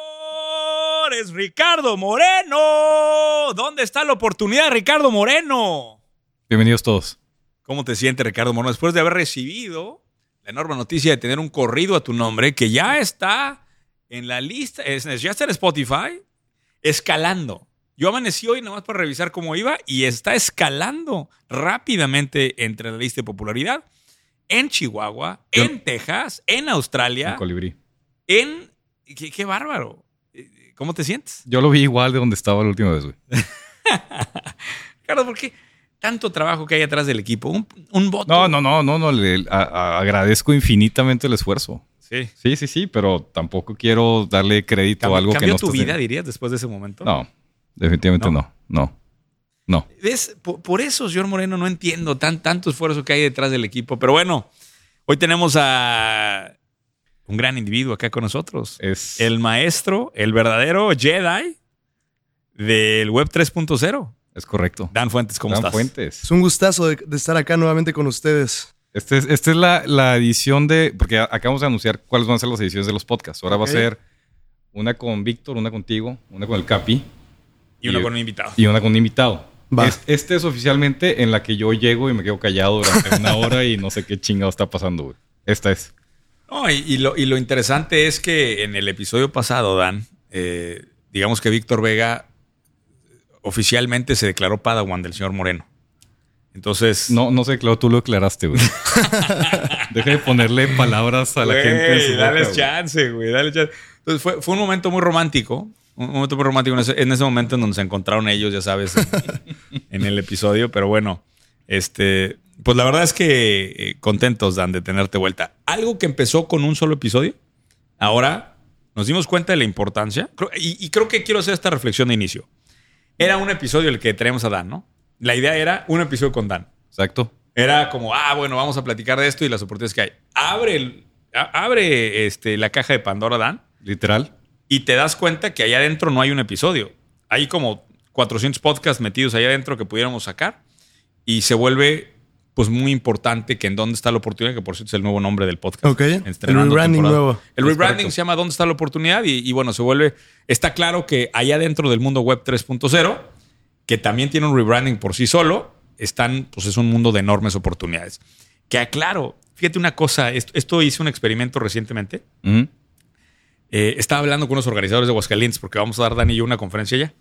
Emprendedores, Ricardo Moreno. ¿Dónde está la oportunidad, Ricardo Moreno? Bienvenidos todos. ¿Cómo te sientes, Ricardo Moreno? Después de haber recibido la enorme noticia de tener un corrido a tu nombre que ya está en la lista, es- ya está en Spotify, escalando. Yo amanecí hoy nomás para revisar cómo iba y está escalando rápidamente entre la lista de popularidad en Chihuahua, Yo- en Texas, en Australia Un colibrí. en. Qué, qué bárbaro. Eh, ¿Cómo te sientes? Yo lo vi igual de donde estaba la última vez, güey. Claro, porque tanto trabajo que hay atrás del equipo. Un, un voto. No, no, no, no, no. Le a- a- agradezco infinitamente el esfuerzo. Sí. Sí, sí, sí, pero tampoco quiero darle crédito Cambió, a algo que cambió no tu estás- vida, dirías, después de ese momento. No, definitivamente no. No, no. ¿Ves? Por, por eso, señor Moreno, no entiendo tan, tanto esfuerzo que hay detrás del equipo. Pero bueno, hoy tenemos a un gran individuo acá con nosotros. Es El maestro, el verdadero Jedi del Web 3.0. es correcto. Dan Fuentes, ¿cómo Dan estás? Fuentes. Es un gustazo de, de estar acá nuevamente con ustedes. Este es- Esta es, la, la edición de. Porque a- acabamos de anunciar cuáles van a ser las ediciones de los podcasts. Ahora va Ok. a ser una con Víctor, una contigo, una con el Capi Y uno Y- con un invitado. y una con un invitado. Va. Es- este es oficialmente en la que yo llego y me quedo callado durante una hora y no sé qué chingado está pasando, güey. Esta es. No, y, y lo, y lo interesante es que en el episodio pasado, Dan, eh, digamos que Víctor Vega oficialmente se declaró Padawan del señor Moreno. Entonces. No, no sé, claro, tú lo declaraste, güey. Deja de ponerle palabras a la Güey, gente. en su boca, dale güey. chance, güey, dale chance. Entonces fue, fue un momento muy romántico. Un momento muy romántico en ese, en ese momento en donde se encontraron ellos, ya sabes, en, en el episodio. Pero bueno, este. Pues la verdad es que eh, contentos, Dan, de tenerte vuelta. Algo que empezó con un solo episodio, ahora nos dimos cuenta de la importancia. Creo- Y, y creo que quiero hacer esta reflexión de inicio. Era un episodio el que traemos a Dan, ¿no? La idea era un episodio con Dan. Exacto. Era como, ah, bueno, vamos a platicar de esto y las oportunidades que hay. Abre, el- a- abre este, la caja de Pandora, Dan, Literal. y te das cuenta que allá adentro no hay un episodio. Hay como 400 podcasts metidos allá adentro que pudiéramos sacar y se vuelve pues muy importante que en dónde está la oportunidad, que por cierto es el nuevo nombre del podcast. Ok. Estrenando El rebranding temporada. nuevo. El Es rebranding correcto. se llama ¿Dónde está la oportunidad? Y, y bueno, se vuelve, está claro que allá dentro del mundo web 3.0, que también tiene un rebranding por sí solo, están, pues es un mundo de enormes oportunidades. Que aclaro, fíjate una cosa, esto, esto hice un experimento recientemente. Ujú. Eh, estaba hablando con unos organizadores de Aguascalientes porque vamos a dar Dani y yo una conferencia ya.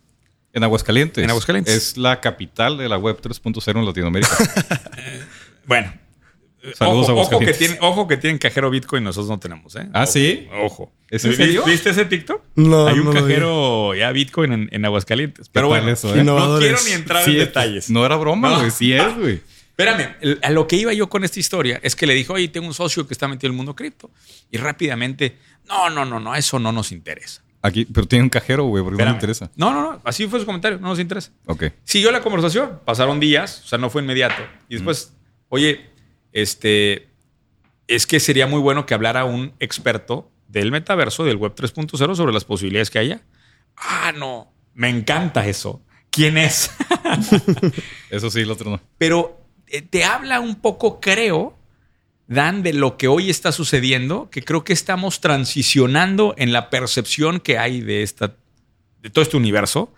En Aguascalientes. En Aguascalientes. Es la capital de la web 3.0 en Latinoamérica. Bueno, eh, Saludos ojo, a ojo que Aguascalientes. tiene, ojo que tienen cajero Bitcoin, nosotros no tenemos, ¿eh? Ah, Ojo, ¿sí? Ojo. ¿Es en ¿Viste- serio? ¿Viste ese TikTok? No, Hay un no lo vi. cajero ya Bitcoin en, en Aguascalientes. Pero tal bueno, eso, eh? no Innovadores. quiero ni entrar Sí, en es- detalles. No era broma, No. güey. Sí es, güey. Espérame, el- a lo que iba yo con esta historia es que le dijo, oye, tengo un socio que está metido en el mundo cripto. Y rápidamente, no, no, no, no, eso no nos interesa. Aquí, pero tiene un cajero, güey, porque no Espérame. me interesa. No, no, no, así fue su comentario, no nos interesa. Ok. Siguió la conversación, pasaron días, o sea, no fue inmediato. Y después, oye, este, es que sería muy bueno que hablara un experto del metaverso, del Web 3.0, sobre las posibilidades que haya. Ah, no, me encanta eso. ¿Quién es? Eso sí, el otro no. Pero eh, te habla un poco, creo, Dan, de lo que hoy está sucediendo, que creo que estamos transicionando en la percepción que hay de esta, de todo este universo,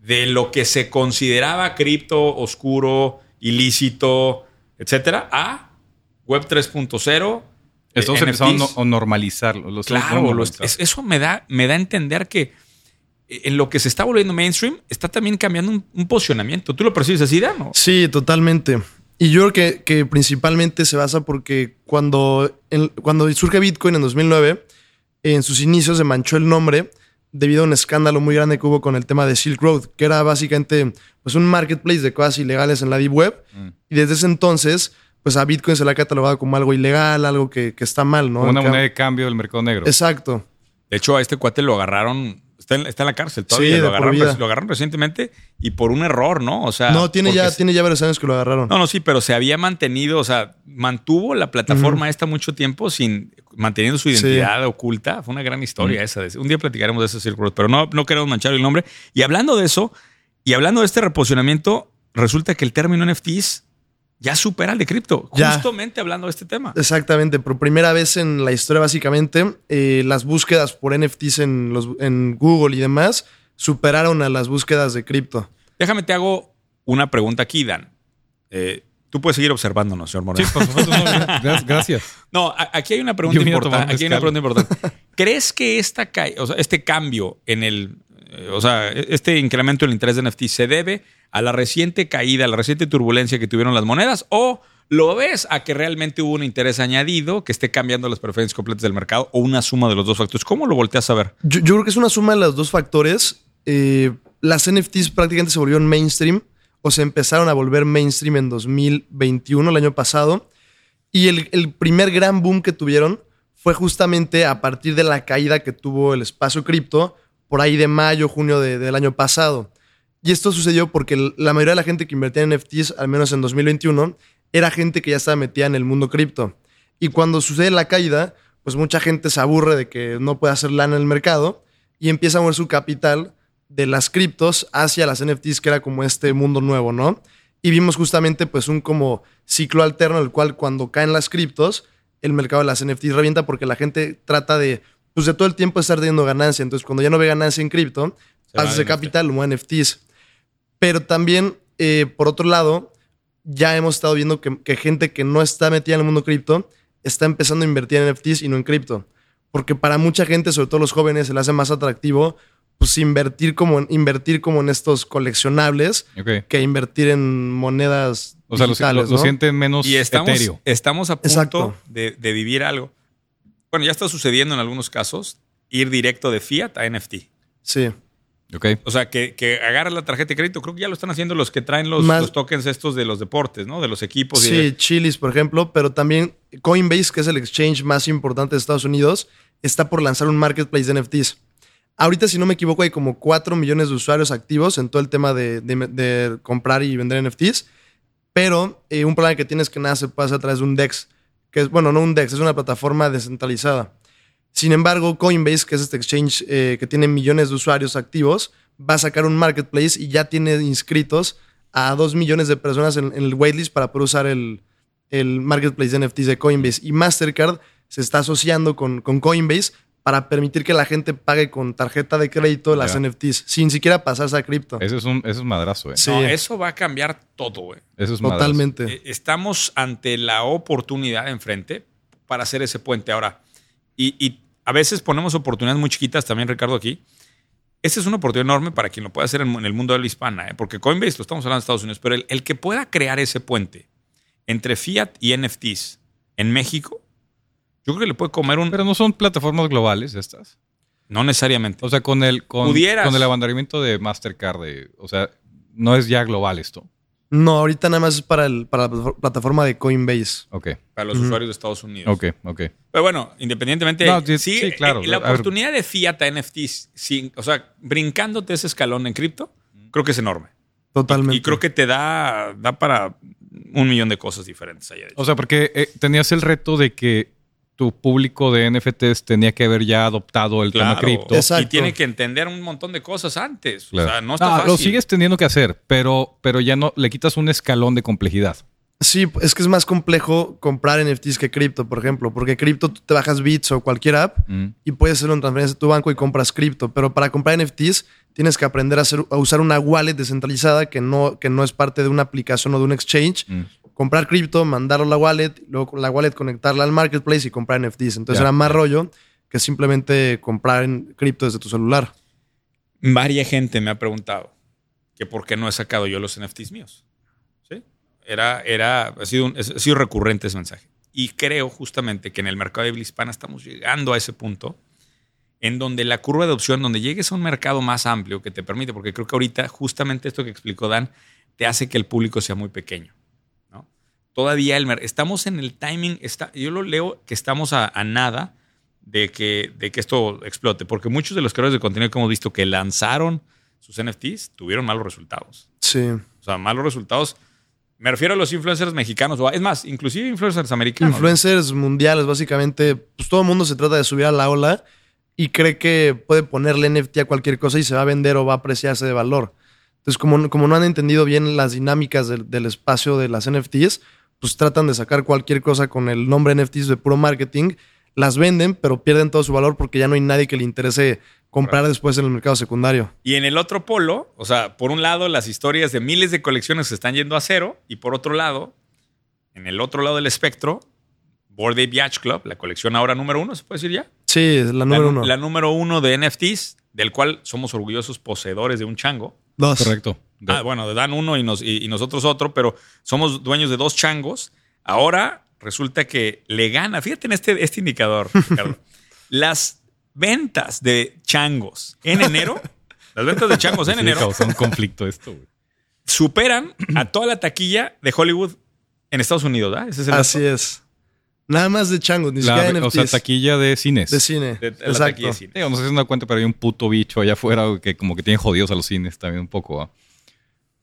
de lo que se consideraba cripto, oscuro, ilícito, etcétera, a Web 3.0. Estamos eh, empezando a NFTs. no- a normalizarlo. Lo estamos Claro, lo- normalizando. es- eso me da, me da a entender que eh, en lo que se está volviendo mainstream está también cambiando un, un posicionamiento. ¿Tú lo percibes así, Dan? o? Sí, totalmente. Y yo creo que, que principalmente se basa porque cuando, en- cuando surge Bitcoin en 2009, en sus inicios se manchó el nombre debido a un escándalo muy grande que hubo con el tema de Silk Road, que era básicamente pues, un marketplace de cosas ilegales en la Deep Web. Mm. Y desde ese entonces, pues a Bitcoin se le ha catalogado como algo ilegal, algo que, que está mal, ¿no? Como una Acá- moneda de cambio del mercado negro. Exacto. De hecho, a este cuate lo agarraron. Está en, está en la cárcel todavía. Sí, de lo, por agarraron, vida. lo agarraron recientemente y por un error, ¿no? O Ah, sea. no, tiene porque ya, se- tiene ya varios años que lo agarraron. No, no, sí, pero se había mantenido, o sea, mantuvo la plataforma esta mucho tiempo sin manteniendo su Sí. identidad oculta. Fue una gran historia esa. de- Un día platicaremos de ese círculo, pero no, no queremos manchar el nombre. Y hablando de eso, y hablando de este reposicionamiento, resulta que el término NFTs ya supera el de cripto. Ya. Justamente hablando de este tema. Exactamente, por primera vez en la historia básicamente, eh, las búsquedas por NFTs en, los, en Google y demás superaron a las búsquedas de cripto. Déjame te hago una pregunta aquí, Dan. Eh, tú puedes seguir observándonos, señor Moreno. por supuesto. no, gra- gracias. No, a- aquí hay una pregunta Yo vine a tomar importante. un Aquí hay una mezcal. pregunta importante. ¿Crees que esta ca- o sea, este cambio en el, eh, o sea, este incremento en el interés de NFT se debe a la reciente caída, a la reciente turbulencia que tuvieron las monedas o lo ves a que realmente hubo un interés añadido que esté cambiando las preferencias completas del mercado o una suma de los dos factores? ¿Cómo lo volteas a ver? Yo, yo creo que es una suma de los dos factores. Eh, las NFTs prácticamente se volvieron mainstream o se empezaron a volver mainstream en 2021, el año pasado. Y el, el primer gran boom que tuvieron fue justamente a partir de la caída que tuvo el espacio cripto por ahí de mayo, junio de- del año pasado. Y esto sucedió porque el- la mayoría de la gente que invertía en NFTs, al menos en 2021, era gente que ya estaba metida en el mundo cripto. Y cuando sucede la caída, pues mucha gente se aburre de que no puede hacer lana en el mercado y empieza a mover su capital de las criptos hacia las NFTs, que era como este mundo nuevo, ¿no? Y vimos justamente pues un como ciclo alterno, el cual cuando caen las criptos, el mercado de las NFTs revienta porque la gente trata de, pues de todo el tiempo estar teniendo ganancia. Entonces cuando ya no ve ganancia en cripto, Se va pasa ese al NFT. capital, lo mueve a NFTs. Pero también, eh, por otro lado, ya hemos estado viendo que, que gente que no está metida en el mundo cripto está empezando a invertir en NFTs y no en cripto. Porque para mucha gente, sobre todo los jóvenes, se le hace más atractivo pues, invertir, como en, invertir como en estos coleccionables Ok. que invertir en monedas O sea, lo, digitales, lo- lo ¿no? sienten menos Y estamos, etéreo. estamos a punto Exacto. de, de vivir algo. Bueno, ya está sucediendo en algunos casos ir directo de fiat a NFT. Sí. Ok. O sea, que, que agarras la tarjeta de crédito. Creo que ya lo están haciendo los que traen los, Más- los tokens estos de los deportes, ¿no? De los Pues equipos. y eh. Sí, de- Chili's, por ejemplo, pero también Coinbase, que es el exchange más importante de Estados Unidos, está por lanzar un marketplace de NFTs. Ahorita, si no me equivoco, hay como 4 millones de usuarios activos en todo el tema de, de- de comprar y vender NFTs, pero eh, un problema que tiene es que nada se puede hacer a través de un E DEX, que es, bueno, no un DEX, es una plataforma descentralizada. Sin embargo, Coinbase, que es este exchange eh, que tiene millones de usuarios activos, va a sacar un marketplace y ya tiene inscritos a 2 millones de personas en, en el waitlist para poder usar el, el marketplace de NFTs de Coinbase. Y Mastercard se está asociando con, con Coinbase para permitir que la gente pague con tarjeta de crédito las Ya. NFTs, sin siquiera pasarse a cripto. Eso es un eso es madrazo, eh. Sí, No, eso va a cambiar todo, güey. Eso es madrazo. totalmente. Eh, Estamos ante la oportunidad enfrente para hacer ese puente. Ahora, y, y a veces ponemos oportunidades muy chiquitas también, Ricardo, aquí. Esta es una oportunidad enorme para quien lo pueda hacer en, en el mundo de la hispana, ¿eh? porque Coinbase lo estamos hablando de Estados Unidos, pero el, el que pueda crear ese puente entre fiat y NFTs en México, yo creo que le puede comer un... Pero no son plataformas globales estas. no necesariamente. O sea, con el con, Pudieras. con el abanderamiento de Mastercard, de- o sea, no es ya global esto. No, ahorita nada más es para, el- para la platafor- plataforma de Coinbase. Ok, para los Ujú. usuarios de Estados Unidos. ok, ok. Pero bueno, independientemente, No, sí, sí, sí, claro. eh, la A ver. oportunidad de fiat a NFTs, sin, o sea, brincándote ese escalón en cripto, creo que es enorme. Totalmente. Y creo que te da, da para un millón de cosas diferentes allá. O sea, porque eh, tenías el reto de que tu público de NFTs tenía que haber ya adoptado el tema cripto. Es- Y Exacto. tiene que entender un montón de cosas antes. Claro. O sea, no está fácil. lo sigues teniendo que hacer, pero, pero ya no le quitas un escalón de complejidad. Sí, es que es más complejo comprar NFTs que cripto, por ejemplo, porque cripto tú te bajas Bits o cualquier app y puedes hacer una transferencia a tu banco y compras cripto, pero para comprar NFTs tienes que aprender a, hacer- a usar una wallet descentralizada que no, que no es parte de una aplicación o de un exchange. Mm. Comprar cripto, mandarlo a la wallet, luego con la wallet conectarla al marketplace y comprar NFTs. Entonces Ya. era más rollo que simplemente comprar en cripto desde tu celular. Varia gente me ha preguntado que por qué no he sacado yo los NFTs míos. ¿Sí? Era, era, ha, sido un- es- ha sido recurrente ese mensaje. Y creo justamente que en el mercado de habla hispana estamos llegando a ese punto en donde la curva de opción, donde llegues a un mercado más amplio que te permite, porque creo que ahorita justamente esto que explicó Dan, te hace que el público sea muy pequeño. ¿no? Todavía el mer- estamos en el timing, está, yo lo leo que estamos a, a nada de que, de que esto explote, porque muchos de los creadores de contenido que hemos visto que lanzaron sus NFTs tuvieron malos resultados. Sí. O sea, malos resultados. Me refiero a los influencers mexicanos, o a- es más, inclusive influencers americanos. Influencers mundiales, básicamente, pues todo el mundo se trata de subir a la ola y cree que puede ponerle NFT a cualquier cosa y se va a vender o va a apreciarse de valor. Entonces, como, como no han entendido bien las dinámicas del, del espacio de las NFTs, pues tratan de sacar cualquier cosa con el nombre NFTs de puro marketing, las venden, pero pierden todo su valor porque ya no hay nadie que le interese comprar después en el mercado secundario. Y en el otro polo, o sea, por un lado las historias de miles de colecciones se están yendo a cero y por otro lado, en el otro lado del espectro, Bored Ape Yacht Club, la colección ahora número uno, ¿se puede decir ya? Sí, es la número la, uno. la número uno de NFTs, del cual somos orgullosos poseedores de un chango. Dos. Pues, Correcto. De- Ah, bueno, dan uno y, nos- y- y nosotros otro, pero somos dueños de dos changos. Ahora resulta que le gana, fíjate en este, este indicador, Ricardo. las ventas de changos en enero, las ventas de changos en sí, enero causó un conflicto esto, güey. superan a toda la taquilla de Hollywood en Estados Unidos, ¿verdad? Ese es el dato. Así es. Nada más de chango, ni La- siquiera NFTs. o sea, taquilla de cines. de cine. De- de la Exacto. taquilla de cine. Digo, no sé si se dan cuenta, pero hay un puto bicho allá afuera güey, que como que tiene jodidos a los cines también un poco. ¿ah? ¿va?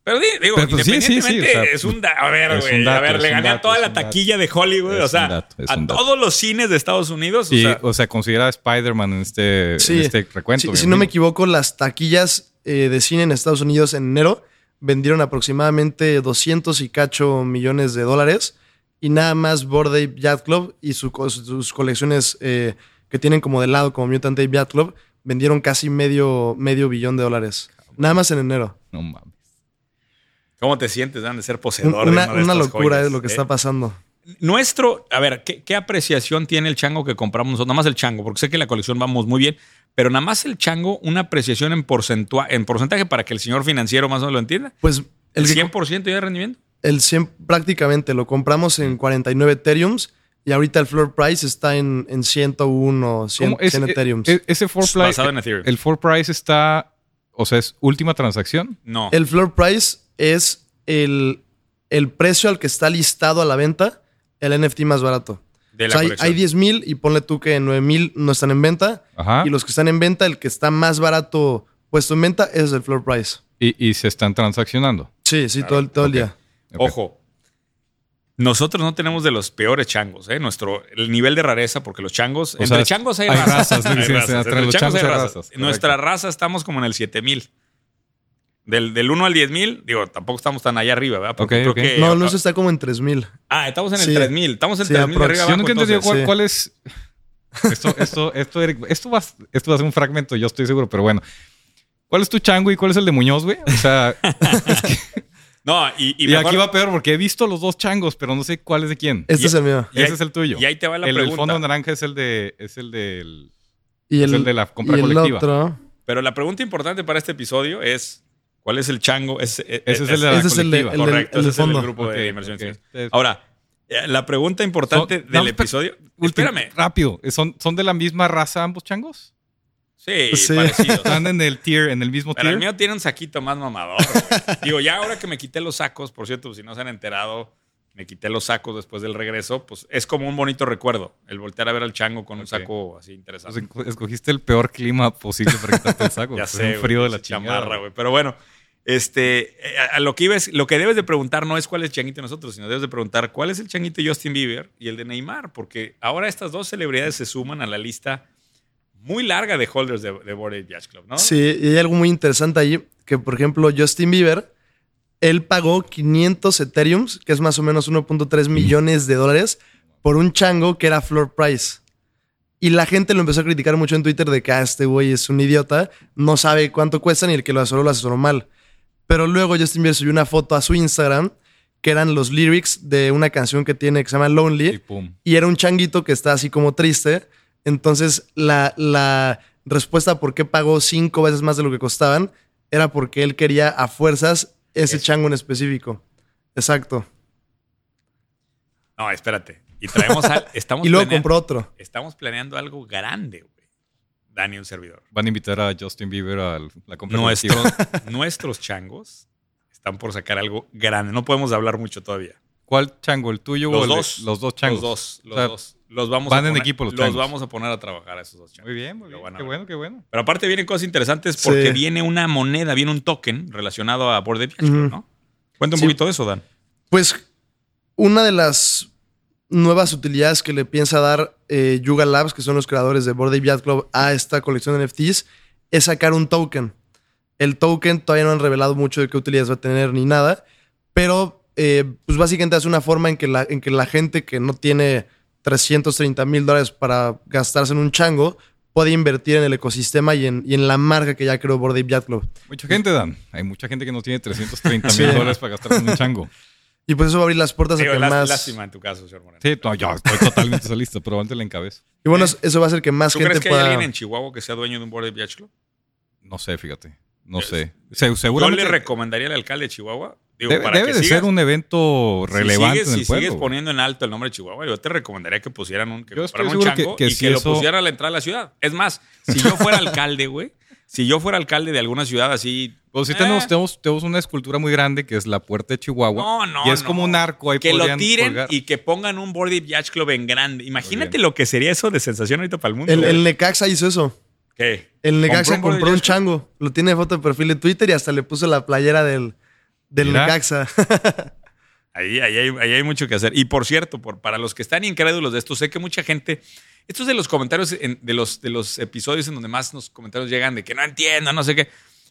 Pero di- digo, Pero, pues, sí, sí, sí, independientemente, o sea, es un da- A ver, es güey, un a dato, ver, es le un gané a dato, toda es la un dato. taquilla de Hollywood, Es o sea, un dato, es a un dato. todos los cines de Estados Unidos. Y, o sea, o sea, considera a Spider-Man en este, Sí. en este recuento. Si, mi si no amigo. me equivoco, las taquillas eh, de cine en Estados Unidos en enero vendieron aproximadamente 200 y cacho millones de dólares y nada más Bored Ape Yacht Club y su co- sus colecciones eh, que tienen como de lado como Mutant Ape Yacht Club vendieron casi medio, medio billón de dólares. Nada más en enero. No mames. ¿Cómo te sientes, Dan, de ser Un- poseedor de Una, una, de una estas locura joyas, es lo que eh? está pasando. Nuestro, a ver, ¿qué, qué apreciación tiene el chango que compramos nosotros? Nada más el chango, porque sé que en la colección vamos muy bien, pero nada más el chango, una apreciación en, porcentua- en porcentaje para que el señor financiero más o menos lo entienda. Pues El que- 100% ya de rendimiento. El 100 prácticamente lo compramos en 49 Ethereums y ahorita el floor price está en, en 101 100, ¿Cómo? Es- 100 e- Ethereums. e- ese floor price, Basado en Ethereum. el floor price está, o sea, es última transacción. No. el floor price es el, el precio al que está listado a la venta el NFT más barato. de O la sea, hay, colección. hay 10.000 y ponle tú que 9.000 no están en venta Ajá. y los que están en venta, el que está más barato puesto en venta es el floor price. Y, y se están transaccionando. Sí, sí, todo, el- todo el ok. día. Ok. Ojo, nosotros no tenemos de los peores changos, ¿eh? Nuestro, el nivel de rareza, porque los changos, O entre sea, changos hay, hay razas. razas, ¿no? Sí, sí, Entre entre los changos changos hay hay razas. razas, Nuestra raza estamos como en el 7000. Del, del 1 al 10.000, digo, tampoco estamos tan allá arriba, ¿verdad? Porque Ok, creo ok. que- No, no, eso está como en 3.000. Ah, estamos en el Sí. 3000. Estamos en el Sí, 3000 de aprox. arriba Yo abajo. nunca entendí entonces. cuál, sí. cuál es. Esto, esto, esto, Eric, esto va, esto va a ser un fragmento, yo estoy seguro, pero bueno. ¿Cuál es tu chango y cuál es el de Muñoz, güey? O sea, No, y, y y, mejor- aquí va peor porque he visto los dos changos, pero no sé cuál es de quién. Este Y- es el mío. y ahí- Ese es el tuyo. y ahí te va la el, del pregunta. fondo naranja es el de, es el del, Y es el de la compra y el colectiva. otro. Pero la pregunta importante para este episodio es: ¿cuál es el chango? Ese, Ese es el de la Ese este es el de- colectiva. del- Ah, Correcto, el ese del es el del fondo. grupo Ok, Este de inversiones. ok. Entonces, Ahora, eh, la pregunta importante Son- del dame- episodio. último, Espérame. Rápido. ¿Son, ¿Son de la misma raza ambos changos? Sí, Sí. parecidos. ¿Están en el tier, en el mismo Pero el tier? mío tiene un saquito más mamador. güey. Digo, ya ahora que me quité los sacos, por cierto, si no se han enterado, me quité los sacos después del regreso, pues es como un bonito recuerdo, el voltear a ver al chango con un Ok. saco así interesante. Entonces, Pues escogiste el peor clima posible para quitarte el saco. ya Es sé, un frío güey, de la chingada. chamarra, güey. Pero bueno, este, eh, a, a lo que iba es- lo que debes de preguntar no es cuál es el changuito de nosotros, sino debes de preguntar cuál es el changuito de Justin Bieber y el de Neymar, porque ahora estas dos celebridades se suman a la lista muy larga de holders de, de Bored Ape Yacht Club, ¿no? Sí, y hay algo muy interesante allí, que por ejemplo Justin Bieber, él pagó 500 Ethereums, que es más o menos 1.3 millones de dólares, por un chango que era floor price. Y la gente lo empezó a criticar mucho en Twitter de que ah, este güey es un idiota, no sabe cuánto cuestan y el que lo asesoró lo asesoró mal. Pero luego Justin Bieber subió una foto a su Instagram que eran los lyrics de una canción que tiene que se llama Lonely Y pum. y era un changuito que está así como triste. Entonces, la, la respuesta por qué pagó cinco veces más de lo que costaban era porque él quería a fuerzas ese Eso. chango en específico. Exacto. No, espérate. Y traemos al, estamos Y luego planeando- compró otro. estamos planeando algo grande, güey. Dani, un servidor. Van a invitar a Justin Bieber a la compra Nuestros, colectiva. nuestros changos están por sacar algo grande. No podemos hablar mucho todavía. ¿Cuál chango? ¿El tuyo o Los el de- dos. los dos changos? Los dos, los O sea, dos. Los vamos van a en poner, equipo los changos. vamos a poner a trabajar a esos dos changos. Muy bien, muy Lo bien. van a Qué ver. bueno, qué bueno. Pero aparte vienen cosas interesantes porque Sí. viene una moneda, viene un token relacionado a Bored Ape Yacht Club, Ujú. ¿no? Cuenta un Sí. poquito de eso, Dan. Pues una de las nuevas utilidades que le piensa dar eh, Yuga Labs, que son los creadores de Bored Ape Yacht Club, a esta colección de NFTs, es sacar un token. El token todavía no han revelado mucho de qué utilidades va a tener ni nada, pero eh, pues básicamente hace una forma en que la, en que la gente que no tiene 330 mil dólares para gastarse en un chango puede invertir en el ecosistema y en, y en la marca que ya creó Bored Ape Yacht Club. Mucha gente, Dan. Hay mucha gente que no tiene 330 Sí. mil dólares para gastar en un chango. Y pues eso va a abrir las puertas Digo, a que lá- más... Lástima en tu caso, señor Moreno. Sí, no, yo estoy totalmente solista, pero antes la encabezo. Y bueno, eso va a hacer que más Eh, ¿Tú gente crees que hay pueda... alguien en Chihuahua que sea dueño de un Board Ape Yacht Club? No sé, fíjate. No sé. Se- Yo seguramente le recomendaría al alcalde de Chihuahua. Digo, debe, para debe que de sigas- ser un evento si relevante sigues- en el si pueblo. sigues poniendo en alto el nombre de Chihuahua, yo te recomendaría que pusieran un, que Yo estoy compraran un seguro que- chango que y si que lo eso- pusieran a la entrada de la ciudad. Es más, si yo fuera alcalde, güey, si yo fuera alcalde de alguna ciudad así. Pues sí eh, tenemos, tenemos, tenemos una escultura muy grande que es la puerta de Chihuahua. No, no, Y es no. como un arco ahí que lo podrían tiren colgar. y que pongan un Board Ape Yacht Club en grande. Imagínate bien. lo que sería eso de sensación ahorita para el mundo. El, güey. el Necaxa hizo eso. ¿Qué? El Necaxa Compró un compró un Bored Ape chango. Lo tiene de foto de perfil de Twitter y hasta le puso la playera del, del Mira. Necaxa. Ahí, ahí hay, ahí hay mucho que hacer. Y por cierto, por, para los que están incrédulos de esto, sé que mucha gente. Esto es de los comentarios, en- de, los, de los episodios en donde más los comentarios llegan de que no entiendo, no sé qué.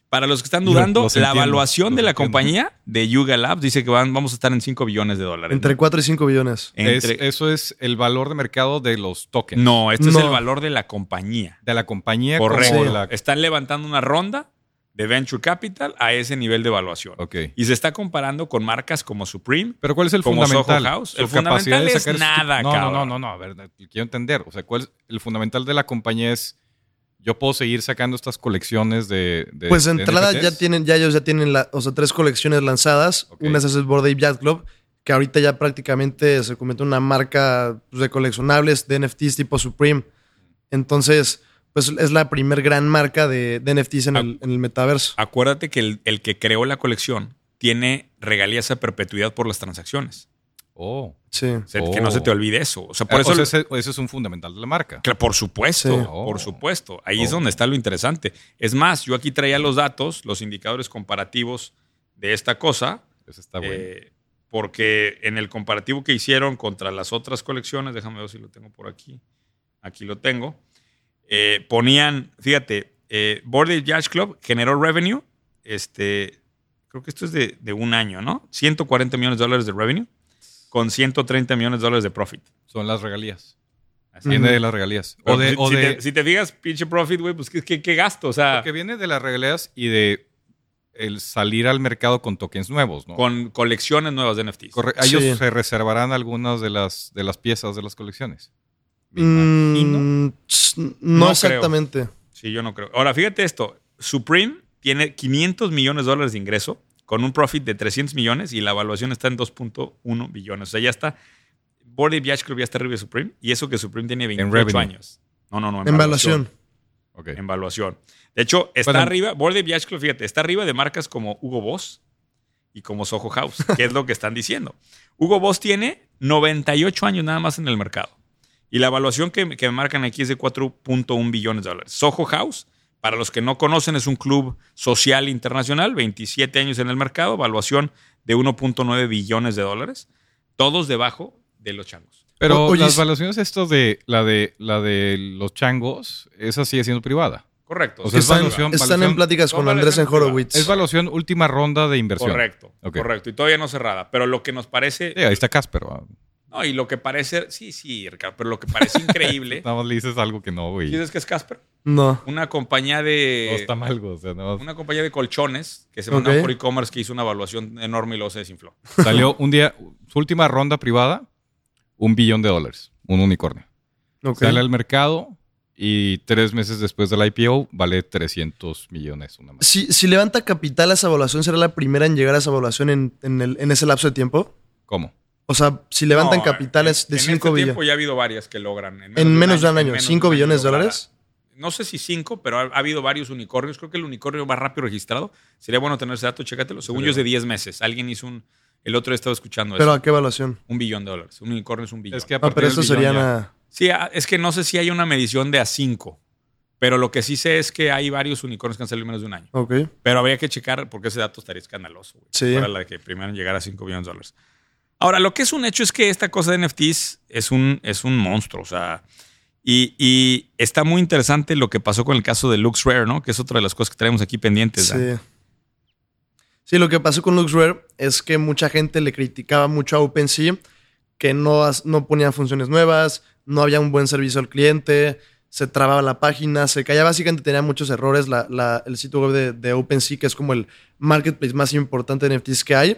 Para los que están Lo- dudando, los la entiendo, evaluación los de la entiendo. compañía de Yuga Labs dice que van, vamos a estar en 5 billones de dólares. Entre 4 y 5 billones. Es- Entre- eso es el valor de mercado de los tokens. no, este No. es el valor de la compañía. De la compañía Correcto. como la... Están levantando una ronda de Venture Capital a ese nivel de evaluación. Ok. Y se está comparando con marcas como Supreme, Pero ¿cuál es el Como Soho fundamental? House, Su el fundamental es su- nada, no, no, no, cabrón. no, no, a ver, eh, quiero entender. O sea, ¿cuál es- el fundamental de la compañía es yo puedo seguir sacando estas colecciones de, de- Pues de de entrada NFTs? ya tienen, ya ellos ya tienen la, o sea, tres colecciones lanzadas. Ok. Una es el Bored Ape Yacht Club, que ahorita ya prácticamente se convierte en una marca pues, de coleccionables de NFTs tipo Supreme. Entonces, pues es la primer gran marca de, de NFTs en, Ah. el, en el metaverso. Acuérdate que el, el que creó la colección tiene regalías a perpetuidad por las transacciones. Oh. Sí. O sea, Oh. Ah, Que no se te olvide eso. O sea, por Por eso. eso ese, ese es un fundamental de la marca. Claro, por supuesto, Sí. Oh. por supuesto. Ahí es Oh. donde está lo interesante. Es más, yo aquí traía los datos, los indicadores comparativos de esta cosa, Eso está bueno. eh, porque en el comparativo que hicieron contra las otras colecciones, déjame ver si lo tengo por aquí, aquí lo tengo, eh, ponían, fíjate, eh, Bored Ape Yacht Club generó revenue, este, creo que esto es de, de un año, ¿no? 140 millones de dólares de revenue con 130 millones de dólares de profit. Son las regalías. Así. Viene Ujú. de las regalías. Pero O de, si, o si de- te, si te fijas, pinche profit, güey, pues ¿qué, qué- qué gasto, o sea, porque viene de las regalías y de el salir al mercado con tokens nuevos, ¿no? con colecciones nuevas de NFTs. Corre- Sí. Ellos se reservarán algunas de las, de las piezas de las colecciones. Mm, imagino. ts- no, creo. exactamente. Sí, yo no creo. Ahora, fíjate esto. Supreme tiene 500 millones de dólares de ingreso con un profit de 300 millones y la evaluación está en 2.1 billones. O sea, ya está. Board Ape Yacht Club ya está arriba de Supreme y eso que Supreme tiene 28 revenue. años. No, no, no. En evaluación. Ok. En valuación. De hecho, está Bueno. arriba, Board Ape Yacht Club, fíjate, está arriba de marcas como Hugo Boss y como Soho House, que es lo que están diciendo. Hugo Boss tiene 98 años nada más en el mercado. Y la evaluación que, que marcan aquí es de 4.1 billones de dólares. Soho House, para los que no conocen, es un club social internacional, 27 años en el mercado, evaluación de 1.9 billones de dólares, todos debajo de los changos. Pero O- oye, las es- evaluaciones estas de la de la de los changos, esa sigue siendo privada. Correcto. O sea, Pues es Sí, Están, evaluación, están evaluación. en pláticas con Son Andrés en evaluación privada. Horowitz. Es evaluación última ronda de inversión. correcto, Ok. correcto. Y todavía no cerrada, pero lo que nos parece Sí, ahí está Casper. ¿va? No, y lo que parece, sí, sí, Ricardo, pero lo que parece increíble. Nada más le dices algo que no, güey. ¿Dices que es Casper? no. Una compañía No de está mal, güey. O sea, nada más una compañía de colchones que se mandó Ok. por e-commerce que hizo una evaluación enorme y luego se desinfló. Salió un día, su última ronda privada, un billón de dólares, un unicornio. Ok. Sale al mercado y tres meses después del IPO vale 300 millones. Una más. Si, si levanta capital a esa evaluación, ¿será la primera en llegar a esa evaluación en, en el- en ese lapso de tiempo? ¿Cómo? O sea, si levantan No, capitales en- de 5 En este billones. tiempo ya ha habido varias que logran. En menos de un año, menos de 5 un billones de lograda. dólares. No sé si 5, pero ha, ha habido varios unicornios. Creo que el unicornio más rápido registrado. Sería bueno tener ese dato, chécatelo. Según Sería yo es de 10 meses. Alguien hizo un... El otro día estaba escuchando eso. Pero ¿a qué evaluación? Un billón de dólares. Un unicornio es un billón. Es que a No, partir pero del esto billón sería ya- una... Sí, a- es que no sé si hay una medición de a 5, pero lo que sí sé es que hay varios unicornios que han salido en menos de un año. Ok. Pero habría que checar porque ese dato estaría escandaloso. güey, Sí. si fuera la que primero en llegar a 5 millones de dólares. Ahora, lo que es un hecho es que esta cosa de NFTs es un, es un monstruo, o sea, y, y está muy interesante lo que pasó con el caso de Lux Rare, ¿no? Que es otra de las cosas que traemos aquí pendientes. Sí. Dan. Sí, Sí, lo que pasó con LuxRare es que mucha gente le criticaba mucho a OpenSea que no, as- no ponían funciones nuevas, no había un buen servicio al cliente, se trababa la página, se caía. Básicamente tenía muchos errores la- la- el sitio web de, de OpenSea, que es como el marketplace más importante de NFTs que hay.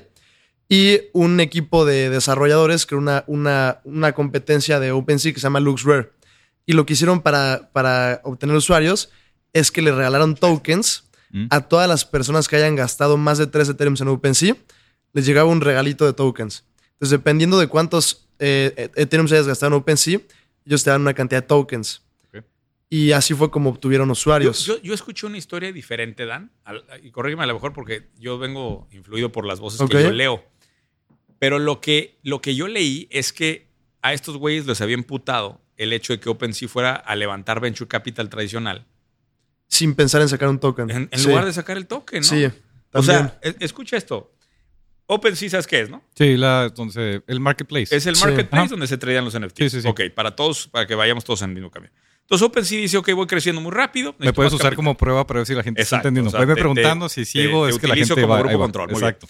Y un equipo de desarrolladores creó una, una, una competencia de OpenSea que se llama LuxRare. Y lo que hicieron para, para obtener usuarios es que le regalaron tokens Mm. a todas las personas que hayan gastado más de 3 Ethereum en OpenSea. Les llegaba un regalito de tokens. Entonces, dependiendo de cuántos eh, Ethereum hayas gastado en OpenSea, ellos te dan una cantidad de tokens. Ok. Y así fue como obtuvieron Yo, usuarios. yo- yo escuché una historia diferente, Dan, al- y corrígeme a lo mejor porque yo vengo influido por las voces Ok. que yo leo. Pero lo que, lo que yo leí es que a estos güeyes les había imputado el hecho de que OpenSea fuera a levantar venture capital tradicional sin pensar en sacar un token. en, en Sí. lugar de sacar el token, ¿no? Sí, o también. sea, e- escucha esto. OpenSea, ¿sabes qué es, no? Sí, la, entonces, el marketplace. Es el Sí. marketplace Ajá. donde se traían los NFTs. Sí, sí, sí. Ok, para todos, para que vayamos todos en el mismo camino. Entonces OpenSea dice, ok, voy creciendo muy rápido. Me necesito puedes más usar capital. como prueba para ver si la gente Exacto, está entendiendo. o sea, Veme te- preguntando te- si te- sigo, te es que la utilizo gente como va, grupo ahí va. control, muy bien. Exacto.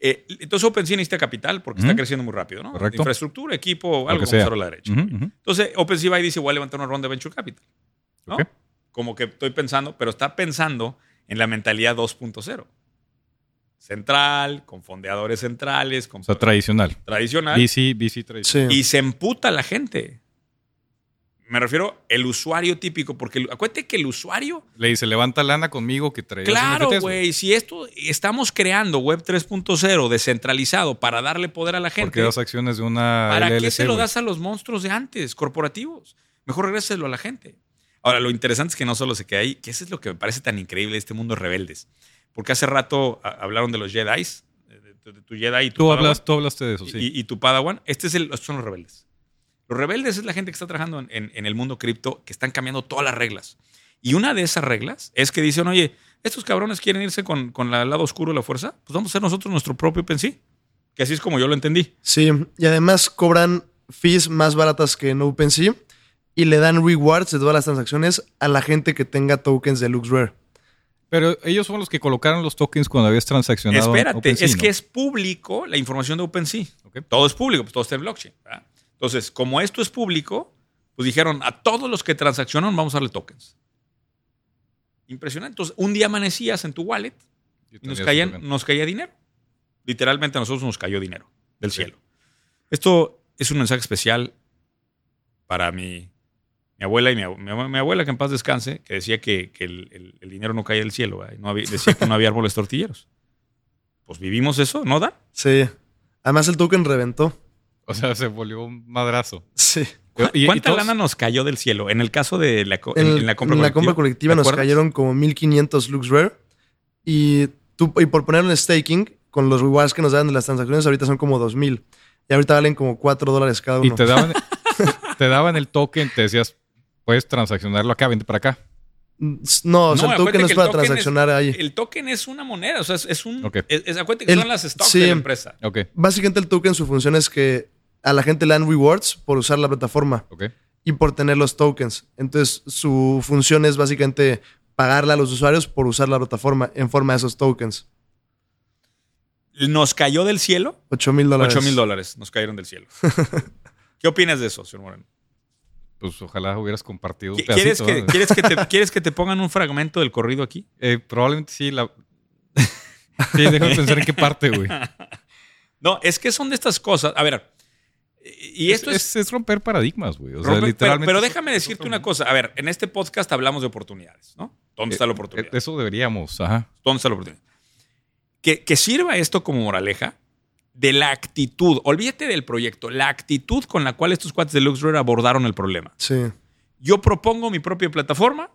Eh, entonces OpenSea necesita capital porque está Ujú. creciendo muy rápido, ¿no? Correcto. Infraestructura, equipo, Lo algo que como sea. cero a la derecha. Ujú, ujú. Entonces OpenSea va y dice, voy a levantar una ronda de Venture Capital. ¿no? Ok. Como que estoy pensando, pero está pensando en la mentalidad 2.0. Central, con fondeadores centrales, con O sea, tradicional. tradicional. BC, BC tradicional. Sí. Y se emputa la gente. Me refiero el usuario típico, porque el- acuérdate que el usuario Le dice, levanta lana conmigo que traes. Claro, güey. Si esto estamos creando web 3.0 descentralizado para darle poder a la Porque gente, das acciones de una ¿para qué LLC, se lo güey. das a los monstruos de antes, corporativos? Mejor regréselo a la gente. Ahora, lo interesante es que no solo se queda ahí, que eso es lo que me parece tan increíble de este mundo de rebeldes. Porque hace rato a- hablaron de los Jedi, de, de tu Jedi y tu Tú, Padawan, hablas, tú hablaste de eso, y- sí. y, y tu Padawan. Este es el, estos son los rebeldes. Los rebeldes es la gente que está trabajando en, en- en el mundo cripto, que están cambiando todas las reglas. Y una de esas reglas es que dicen, oye, estos cabrones quieren irse con, con la- el lado oscuro de la fuerza, pues vamos a hacer nosotros nuestro propio OpenSea. Que así es como yo lo entendí. Sí, y además cobran fees más baratas que en OpenSea y le dan rewards de todas las transacciones a la gente que tenga tokens de LuxRare. Pero ellos son los que colocaron los tokens cuando habías transaccionado. en Espérate, OpenSea, es ¿no? que es público la información de OpenSea. Ok. Todo es público, pues todo está en blockchain. ¿verdad? Entonces, como esto es público, pues dijeron a todos los que transaccionan vamos a darle tokens. Impresionante. Entonces, un día amanecías en tu wallet y nos, tenías caían- un token. nos caía dinero. Literalmente a nosotros nos cayó dinero del Sí. cielo. Esto es un mensaje especial para mi, mi abuela y mi, abu- mi abue- mi abuela, que en paz descanse, que decía que, que el, el- el dinero no caía del cielo. ¿verdad? Y No había- decía que no había árboles tortilleros. Pues vivimos eso, ¿no, Dan? Sí. Además el token reventó. O sea, se volvió un madrazo. Sí. Y- y ¿Cuánta todos- lana nos cayó del cielo? En el caso de la, co- en, en la compra colectiva. colectiva ¿te nos acuerdas? cayeron como 1500 LuxRare y, tú, y por ponerlo en staking, con los rewards que nos dan de las transacciones, ahorita son como 2000. Y ahorita valen como 4 dólares cada Y uno. te daban, te daban el token, te decías, puedes transaccionarlo acá, vente para acá. Mm, No, o sea, No, el token acuérdate es que el para token es- transaccionar ahí. El token es una moneda, o sea, es, es un. Ok. es- es- acuérdate que El- son las stocks sí. de la empresa. Ok, Básicamente el token su función es que a la gente le dan rewards por usar la plataforma ok. y por tener los tokens. Entonces su función es básicamente pagarle a los usuarios por usar la plataforma en forma de esos tokens. Nos cayó del cielo 8 mil dólares. 8 mil dólares nos cayeron del cielo. ¿Qué opinas de eso, señor Moreno? Pues ojalá hubieras compartido un ¿Qui- pedacito. ¿Quieres que, ¿no? ¿quieres, que te, ¿Quieres que te pongan un fragmento del corrido aquí? Eh, probablemente sí. La... sí, déjame pensar en qué parte, güey. No, es que son de estas cosas. A ver, y esto es. es romper paradigmas, güey. O sea, rompe- pero- literalmente. pero, es- déjame es decirte otro una mundo. cosa. A ver, en este podcast hablamos de oportunidades, ¿no? ¿Dónde está la oportunidad? Eh, Eso deberíamos, ajá. ¿Dónde está la oportunidad? Que, que sirva esto como moraleja de la actitud. Olvídate del proyecto, la actitud con la cual estos cuates de Luxrare abordaron el problema. Sí. yo propongo mi propia plataforma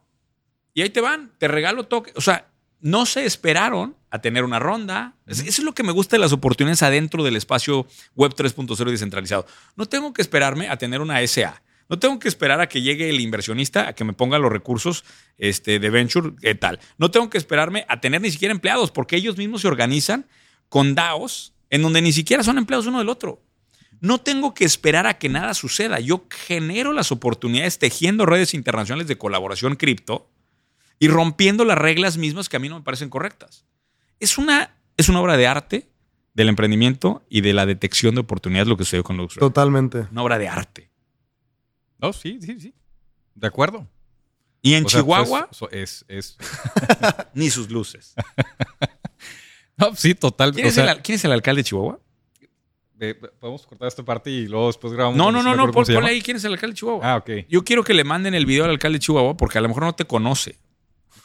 y ahí te van, te regalo toque. O sea, no se esperaron a tener una ronda. Es- Eso es lo que me gusta de las oportunidades adentro del espacio web 3.0 descentralizado. No tengo que esperarme a tener una SA. No tengo que esperar a que llegue el inversionista a que me ponga los recursos este, de venture, ¿qué tal? No tengo que esperarme a tener ni siquiera empleados porque ellos mismos se organizan con DAOs en donde ni siquiera son empleados uno del otro. No tengo que esperar a que nada suceda. Yo genero las oportunidades tejiendo redes internacionales de colaboración cripto y rompiendo las reglas mismas que a mí no me parecen correctas. Es una, es una obra de arte del emprendimiento y de la detección de oportunidades lo que sucedió con Luxray. Totalmente. Una obra de arte. No, sí, sí, sí. De acuerdo. Y en O sea, Chihuahua, pues, so- es, es. ni sus luces. No, sí, total. ¿Quién, o es sea, el, al- quién es el alcalde de Chihuahua? eh, podemos cortar esta parte y luego después grabamos. No, no, me no, acuerdo no, cómo pon, se ponle llama. ahí quién es el alcalde de Chihuahua. Ah, ok. Yo quiero que le manden el video al alcalde de Chihuahua porque a lo mejor no te conoce.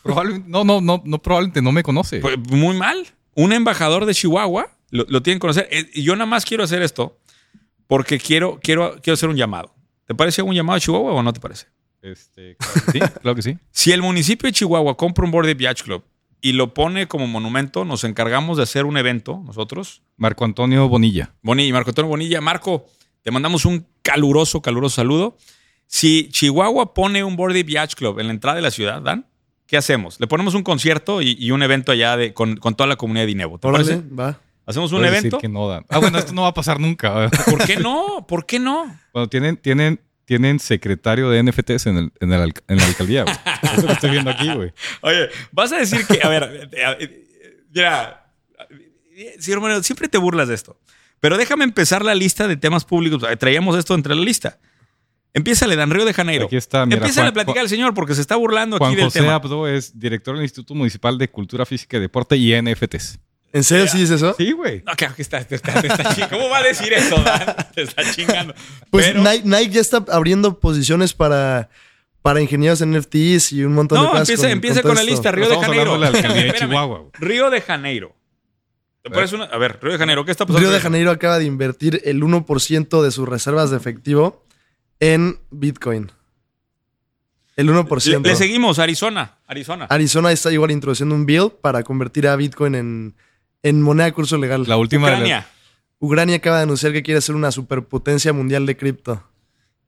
Probablemente, no, no, no, no, probablemente no me conoce. Pues, muy mal. Un embajador de Chihuahua lo, lo tienen que conocer. Eh, y Yo nada más quiero hacer esto porque quiero, quiero, quiero hacer un llamado. ¿Te parece un llamado a Chihuahua o no te parece? Este, claro que sí, claro que sí. Si el municipio de Chihuahua compra un board de Yacht Club y lo pone como monumento, nos encargamos de hacer un evento nosotros. Marco Antonio Bonilla. Bonilla, Marco Antonio Bonilla. Marco, te mandamos un caluroso, caluroso saludo. Si Chihuahua pone un board de Yacht Club en la entrada de la ciudad, Dan, ¿qué hacemos? Le ponemos un concierto y, y un evento allá de, con, con toda la comunidad de Inevo. ¿Te Órale, parece? va. Hacemos un Puedes evento. Decir que no dan. Ah, bueno, esto no va a pasar nunca. ¿Por qué no? ¿Por qué no? Bueno, tienen, tienen, tienen secretario de NFTs en, el, en, el alca- en la alcaldía, güey. Eso lo estoy viendo aquí, güey. Oye, vas a decir que, a ver, eh, eh, mira, eh, señor Moreno, siempre te burlas de esto, pero déjame empezar la lista de temas públicos. Eh, Traíamos esto entre la lista. Empieza Dan Río de Janeiro. Aquí está, mira, Empieza a Juan- platicar al señor porque se está burlando Juan aquí del José tema. Abdo es director del Instituto Municipal de Cultura Física y Deporte y NFTs. ¿En serio sí dices eso? Sí, güey. No, claro que está, te está- te está ching- ¿Cómo va a decir eso, Dan? Te está chingando. Pues Pero- Nike, Nike ya está abriendo posiciones para, para ingenieros en NFTs y un montón de No, cosas. empieza, empieza con, la esto. lista. Río de Estamos Janeiro. hablando de la alcaldía de Espérame. Chihuahua, güey. Río de Janeiro. ¿Te Eh. pones una- A ver, Río de Janeiro, ¿qué está pasando? Río de Janeiro acaba de invertir el 1% de sus reservas de efectivo en Bitcoin. El 1%. Le, le seguimos, Arizona. Arizona. Arizona está igual introduciendo un bill para convertir a Bitcoin en, en moneda de curso legal. La última de la- Ucrania. Ucrania acaba de anunciar que quiere ser una superpotencia mundial de cripto.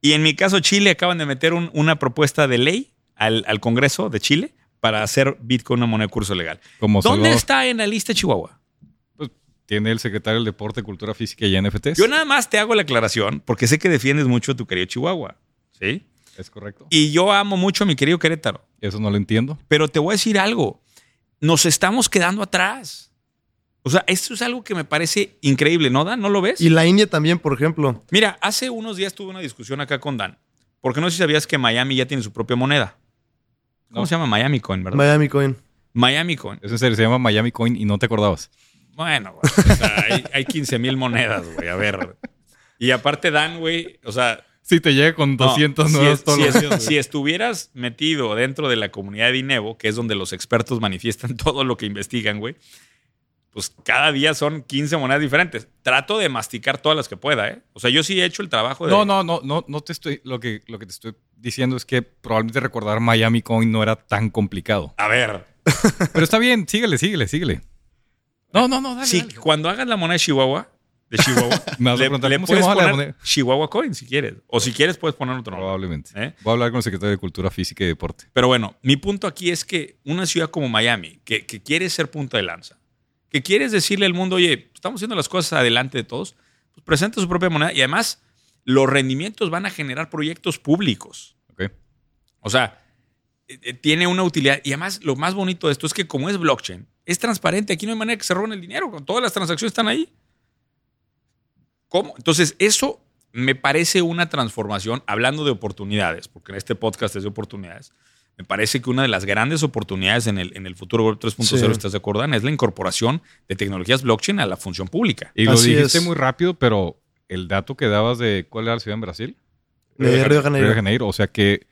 Y en mi caso, Chile acaban de meter un- una propuesta de ley al, al Congreso de Chile para hacer Bitcoin una moneda de curso legal. como ¿Dónde Salvador, está en la lista Chihuahua? tiene el secretario del Deporte, Cultura Física y NFTs. Yo nada más te hago la aclaración porque sé que defiendes mucho a tu querido Chihuahua. ¿Sí? Es correcto. Y yo amo mucho a mi querido Querétaro. Eso no lo entiendo. Pero te voy a decir algo. Nos estamos quedando atrás. O sea, esto es algo que me parece increíble, ¿no, Dan? ¿No lo ves? Y la India también, por ejemplo. Mira, hace unos días tuve una discusión acá con Dan. Porque no sé si sabías que Miami ya tiene su propia moneda. ¿Cómo No. se llama? Miami Coin, ¿verdad? Miami Coin. Miami Coin. Es en serio, se llama Miami Coin y no te acordabas. Bueno, güey. O sea, hay, hay 15 mil monedas, güey. A ver. Y aparte, Dan, güey, o sea. Sí, te llega con no, 200 si nuevos es- todos si los es- días, güey. si estuvieras metido dentro de la comunidad de Inevo, que es donde los expertos manifiestan todo lo que investigan, güey, pues cada día son 15 monedas diferentes. Trato de masticar todas las que pueda, ¿eh? O sea, yo sí he hecho el trabajo de. No, no, no, no, no te estoy. Lo que, lo que te estoy diciendo es que probablemente recordar Miami Coin no era tan complicado. A ver. Pero está bien, síguele, síguele, síguele. No, no, no, dale. sí, dale. cuando hagas la moneda de Chihuahua, de Chihuahua, Me vas a le, preguntar, le ¿cómo se puedes llamaba la poner moneda? Chihuahua Coin si quieres. O si quieres, puedes poner otro nombre. Probablemente. ¿Eh? Voy a hablar con el secretario de Cultura Física y Deporte. Pero bueno, mi punto aquí es que una ciudad como Miami, que, que quiere ser punta de lanza, que quieres decirle al mundo, oye, estamos haciendo las cosas adelante de todos, pues presenta su propia moneda y además los rendimientos van a generar proyectos públicos. ¿ok? O sea, eh, eh, tiene una utilidad y además lo más bonito de esto es que como es blockchain, es transparente, aquí no hay manera que se roben el dinero, con todas las transacciones están ahí. ¿Cómo? Entonces, eso me parece una transformación, hablando de oportunidades, porque en este podcast es de oportunidades. Me parece que una de las grandes oportunidades en el, en el futuro Web 3.0, Sí. ¿estás de acuerdo? Dan? Es la incorporación de tecnologías blockchain a la función pública. Y lo Así dijiste es. muy rápido, pero el dato que dabas de cuál era la ciudad en Brasil. De eh, Río de Janeiro. Río de Janeiro. O sea, que,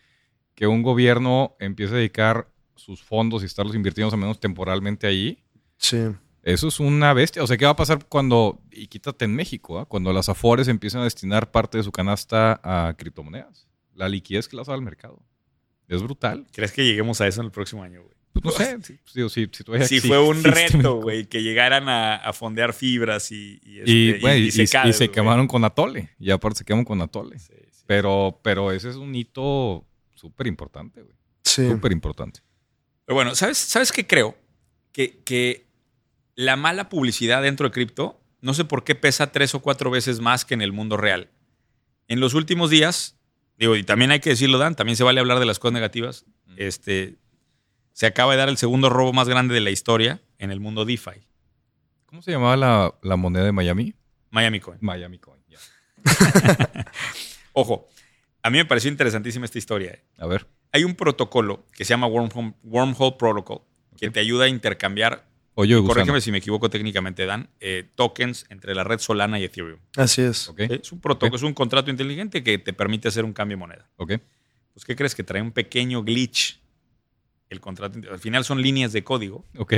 que un gobierno empiece a dedicar sus fondos y estarlos invirtiendo, al menos temporalmente allí. Sí. Eso es una bestia. O sea, ¿qué va a pasar cuando, y quítate en México, ¿ah? cuando las Afores empiezan a destinar parte de su canasta a criptomonedas? La liquidez que las da al mercado. Es brutal. ¿Crees que lleguemos a eso en el próximo año, güey? Pues no sé, si, digo, si- si todavía Sí, exi- fue un existe este reto, México. güey, que llegaran a, a fondear fibras y, y, este, Y, güey, y- y se, secadas, güey. quemaron con Atole. Y aparte se quemaron con Atole. Sí, sí. Pero, pero ese es un hito súper importante, güey. Sí. Súper importante. Pero bueno, ¿sabes, ¿sabes qué creo? Que, que la mala publicidad dentro de cripto, no sé por qué pesa tres o cuatro veces más que en el mundo real. En los últimos días, digo, y también hay que decirlo, Dan, también se vale hablar de las cosas negativas. Mm. Este, se acaba de dar el segundo robo más grande de la historia en el mundo DeFi. ¿Cómo se llamaba la, la moneda de Miami? Miami Coin. Miami Coin. ya. Ojo, a mí me pareció interesantísima esta historia. ¿eh? A ver. Hay un protocolo que se llama Wormhole, Wormhole Protocol que te ayuda a intercambiar, Hoyo de gusano. corrígeme si me equivoco técnicamente, Dan, eh, tokens entre la red Solana y Ethereum. Así es. Ok, Es un protocolo, Ok. es un contrato inteligente que te permite hacer un cambio de moneda. ok. Pues, ¿qué crees? Que trae un pequeño glitch el contrato. inte- Al final son líneas de código. Ok.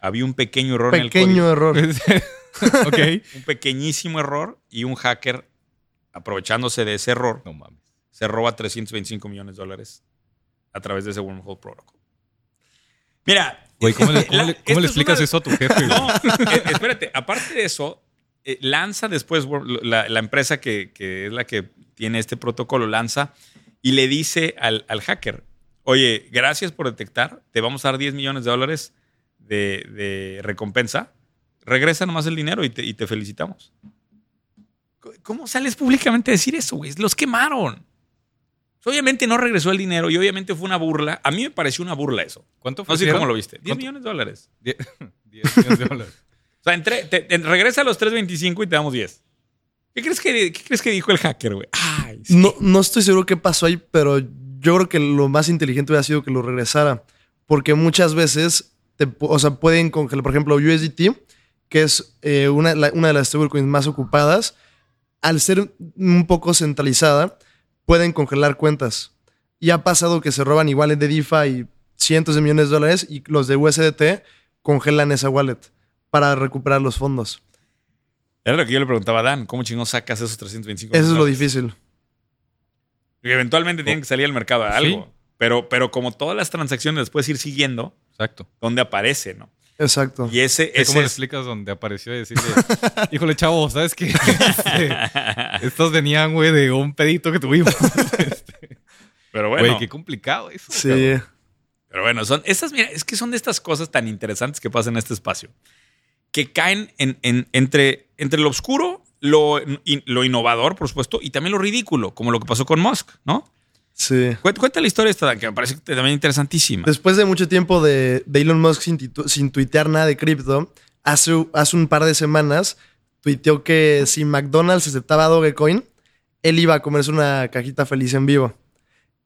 Había un pequeño error en el código. Pequeño error. ok. Un pequeñísimo error y un hacker, aprovechándose de ese error, No mames. se roba 325 millones de dólares a través de ese Wormhole Protocol. Mira, Güey, ¿cómo le, cómo la- le- cómo esto le es explicas una- eso a tu jefe? güey? No, eh, espérate, aparte de eso, eh, lanza después Wor- la, la empresa que, que es la que tiene este protocolo, lanza y le dice al, al hacker, oye, gracias por detectar, te vamos a dar 10 millones de dólares de, de recompensa, regresa nomás el dinero y te, y te felicitamos. Co- ¿Cómo sales públicamente a decir eso, güey? Los quemaron. Obviamente no regresó el dinero y obviamente fue una burla. A mí me pareció una burla eso. ¿Cuánto fue? No sé cómo lo viste. 10 ¿Cuánto? millones de dólares. 10 millones de dólares. O sea, entre- te- te- regresa a los 3.25 y te damos 10. ¿Qué crees que, qué crees que dijo el hacker, güey? Ay, sí. No, no estoy seguro qué pasó ahí, pero yo creo que lo más inteligente hubiera sido que lo regresara. Porque muchas veces, te pu- o sea, pueden congelar, por ejemplo, USDT, que es eh, una, la- una de las stablecoins más ocupadas, al ser un poco centralizada, pueden congelar cuentas. Y ha pasado que se roban iguales de DeFi cientos de millones de dólares y los de USDT congelan esa wallet para recuperar los fondos. Era lo que yo le preguntaba a Dan. ¿Cómo chingón sacas esos 325? Eso es lo dólares? difícil. Porque eventualmente tienen que salir al mercado a algo. Pero, pero como todas las transacciones las puedes ir siguiendo, Exacto. donde aparece, ¿no? Exacto. Y ese, Es ese como le es... explicas donde apareció y decirle, híjole, chavo, ¿sabes qué? Este, Estos venían, güey, de un pedito que tuvimos. Pero Güey, bueno, qué complicado eso. Sí. cabrón. pero bueno, son estas, mira, es que son de estas cosas tan interesantes que pasan en este espacio. Que caen en, en- entre, entre lo oscuro, lo, in- lo innovador, por supuesto, y también lo ridículo, como lo que pasó con Musk, ¿no? Sí. Cuenta, cuenta la historia esta, Dan, que me parece que también interesantísima. Después de mucho tiempo de, de Elon Musk sin, titu- sin tuitear nada de cripto, hace, hace un par de semanas tuiteó que si McDonald's aceptaba Dogecoin, él iba a comerse una cajita feliz en vivo.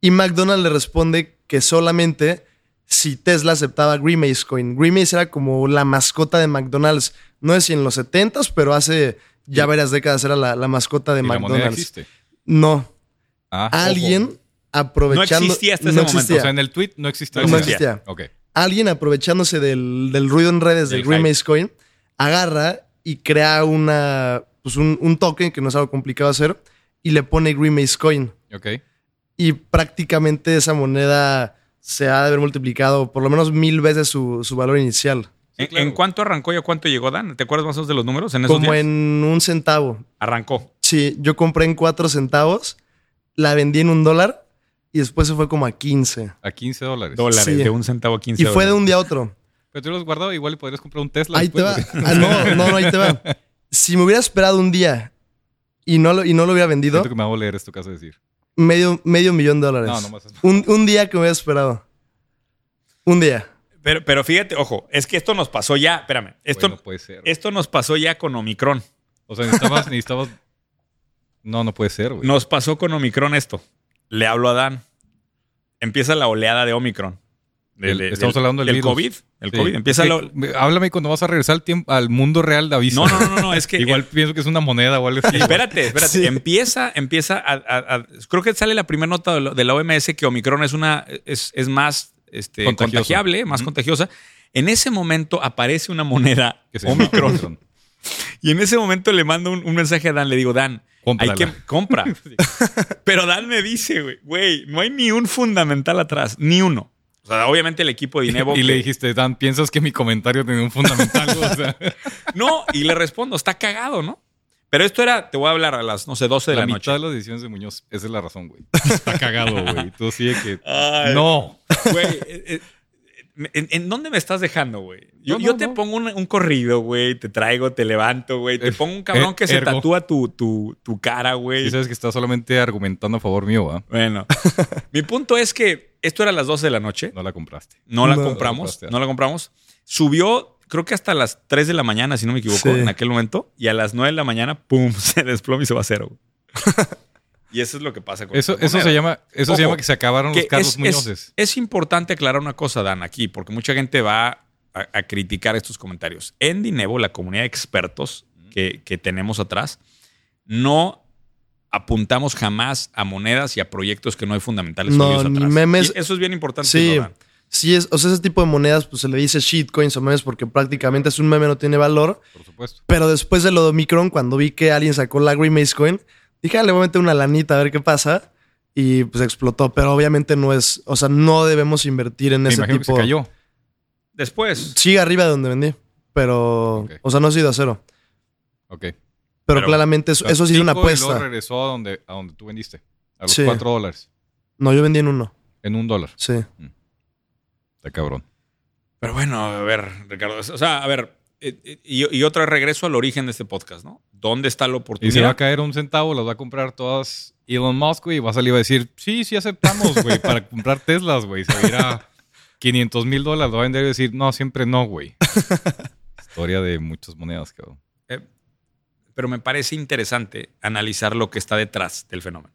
Y McDonald's le responde que solamente si Tesla aceptaba Grimace Coin. Grimace era como la mascota de McDonald's. No es si en los 70s, pero hace ya varias décadas era la, la mascota de Y la moneda McDonald's. existe. No, Ah, ojo. alguien No aprovechando... existía hasta ese no momento, o O existía. sea, en el tweet no existía. No esa- existía. Ok. alguien aprovechándose del, del ruido en redes de Del Grimace Coin, agarra y crea una, pues un, un token, que no es algo complicado hacer, y le pone Grimace Coin. Ok. Y prácticamente esa moneda se ha de haber multiplicado por lo menos mil veces su, su valor inicial. ¿En, claro. en cuánto arrancó y a cuánto llegó Dan? ¿Te acuerdas más o menos de los números en esos Como días? en un centavo. Arrancó. Sí, yo compré en cuatro centavos, la vendí en un dólar y después se fue como a 15. A 15 dólares. Dólares, Sí. de un centavo a 15 Y fue de dólares. un día a otro. Pero tú los guardabas igual y podrías comprar un Tesla. Ahí te después, va. güey. Ah, no, no, no, ahí te va. Si me hubiera esperado un día y no lo, y no lo hubiera vendido, Siento que me va a oler esto que vas a decir. medio, medio millón de dólares. No, nomás es- un, un día que me hubiera esperado. Un día. Pero, pero fíjate, ojo, es que esto nos pasó ya, espérame, esto, Güey, no puede ser. esto nos pasó ya con Omicron. O sea, necesitabas, necesitabas... No, no puede ser, güey. Nos pasó con Omicron esto. Le hablo a Dan. Empieza la oleada de Omicron. De- Del- de- estamos hablando del virus. COVID. El Sí. COVID. Empieza Es la... que, me- Háblame cuando vas a regresar al, tiempo, al mundo real de No, aviso. no, no, no, no, es que... Igual pienso que es una moneda o algo así. Espérate, espérate. Sí. Empieza, empieza a, a- a- Creo que sale la primera nota de, lo- de la OMS que Omicron es una. es, es más este, Contagiosa. contagiable, más Ujú. contagiosa. En ese momento aparece una moneda Que se llama Omicron. y en ese momento le mando un, un mensaje a Dan. Le digo, Dan, Cómprala. hay que compra. Pero Dan me dice, güey, güey, no hay ni un fundamental atrás, ni uno. O sea, obviamente el equipo de Inevo. Y le que- dijiste, Dan, ¿piensas que mi comentario tenía un fundamental? O sea, No, y le respondo, está cagado, ¿no? Pero esto era, te voy a hablar a las, no sé, 12 de la, la, noche. mitad de las decisiones de Muñoz, esa es la razón, güey. Está cagado, güey. Tú sigue que... Ay. No. Güey, eh, eh, ¿en, en dónde me estás dejando, güey? Yo, No, yo no, te no. pongo un, un corrido, güey, te traigo, te levanto, güey, te Eh, pongo un cabrón eh, que se ergo. tatúa tu, tu, tu cara, güey. Y sabes que está solamente argumentando a favor mío, ¿va? Bueno, mi punto es que esto era a las 12 de la noche, No la compraste. no la No. compramos, No la compraste. no la compramos. Subió creo que hasta las 3 de la mañana, si no me equivoco, Sí. en aquel momento. Y a las 9 de la mañana, pum, se desploma y se va a cero. güey. y eso es lo que pasa con Eso, estas eso se monedas. llama, eso se Pues, Ojo, llama que se acabaron los Que Carlos es, Muñozes. es- es importante aclarar una cosa, Dan, aquí, porque mucha gente va a, a criticar estos comentarios. En Dinevo, la comunidad de expertos que, que tenemos atrás, no apuntamos jamás a monedas y a proyectos que no hay fundamentales No, sólidos ni atrás. memes. Y eso es bien importante. Sí. ¿no, Dan? Sí, es, o sea, ese tipo de monedas pues se le dice shitcoins o memes porque prácticamente es un meme, no tiene valor. por supuesto. Pero después de lo de Omicron, cuando vi que alguien sacó la Green Maze Coin, dije, "Ah, le voy a meter una lanita a ver qué pasa. Y pues explotó. Pero obviamente no es, o sea, no debemos invertir en Me ese imagino tipo. que se cayó. Después. Sigue arriba de donde vendí. Pero, Ok. o sea, no ha sido a cero. Ok. Pero, Pero claramente eso, eso sí es una Cinco y luego apuesta. regresó a donde, a donde tú vendiste. A los Sí. 4 dólares. No, yo vendí en uno. En un dólar. Sí. Está cabrón. Pero bueno, a ver, Ricardo. O sea, a ver. eh, eh, Y, y otra vez regreso al origen de este podcast, ¿no? ¿Dónde está la Y si va a oportunidad? caer un centavo, las va a comprar todas Elon Musk, güey. Y va a salir y va a decir, sí, sí aceptamos, güey, para comprar Teslas, güey. Se va a ir a 500 mil dólares. Lo va a vender y decir, no, siempre no, güey. Historia de muchas monedas, cabrón. Pero me parece interesante analizar lo que está detrás del fenómeno.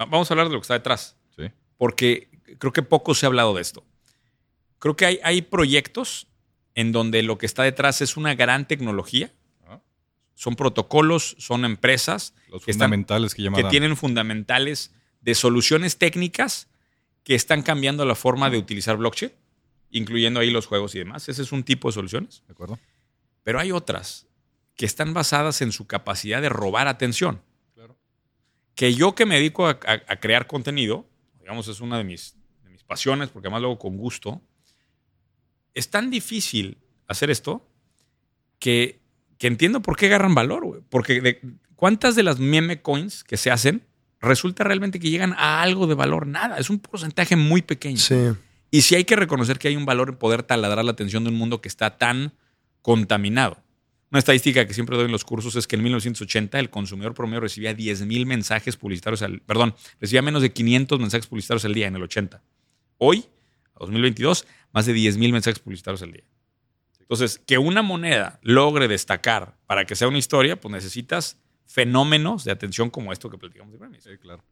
Va- Vamos a hablar de lo que está detrás, Sí. porque creo que poco se ha hablado de esto. Creo que hay, hay proyectos en donde lo que está detrás es una gran tecnología, Ajá. son protocolos, son empresas Los que están- fundamentales que llaman. que tienen fundamentales de soluciones técnicas que están cambiando la forma de utilizar blockchain, incluyendo ahí los juegos y demás. Ese es un tipo de soluciones. ¿De acuerdo? Pero hay otras que están basadas en su capacidad de robar atención. Claro. Que yo que me dedico a, a- a crear contenido, digamos, es una de mis, de mis pasiones, porque además lo hago con gusto, es tan difícil hacer esto que, que entiendo por qué agarran valor, güey. Porque de, cuántas de las meme coins que se hacen resulta realmente que llegan a algo de valor, nada, es un porcentaje muy pequeño. Sí. Y sí hay que reconocer que hay un valor en poder taladrar la atención de un mundo que está tan contaminado. Una estadística que siempre doy en los cursos es que en 1980 el consumidor promedio recibía 10.000 mensajes publicitarios al perdón, recibía menos de 500 mensajes publicitarios al día en el 80. Hoy, a 2022, más de 10.000 mensajes publicitarios al día. Entonces, que una moneda logre destacar para que sea una historia, pues necesitas fenómenos de atención como esto que platicamos de Grammys. Sí, claro.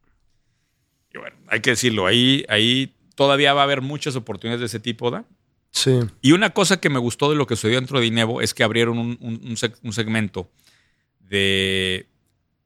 Y bueno, hay que decirlo, ahí, ahí todavía va a haber muchas oportunidades de ese tipo, Dan. Sí. Y una cosa que me gustó de lo que sucedió dentro de Inevo es que abrieron un, un- un seg- un segmento de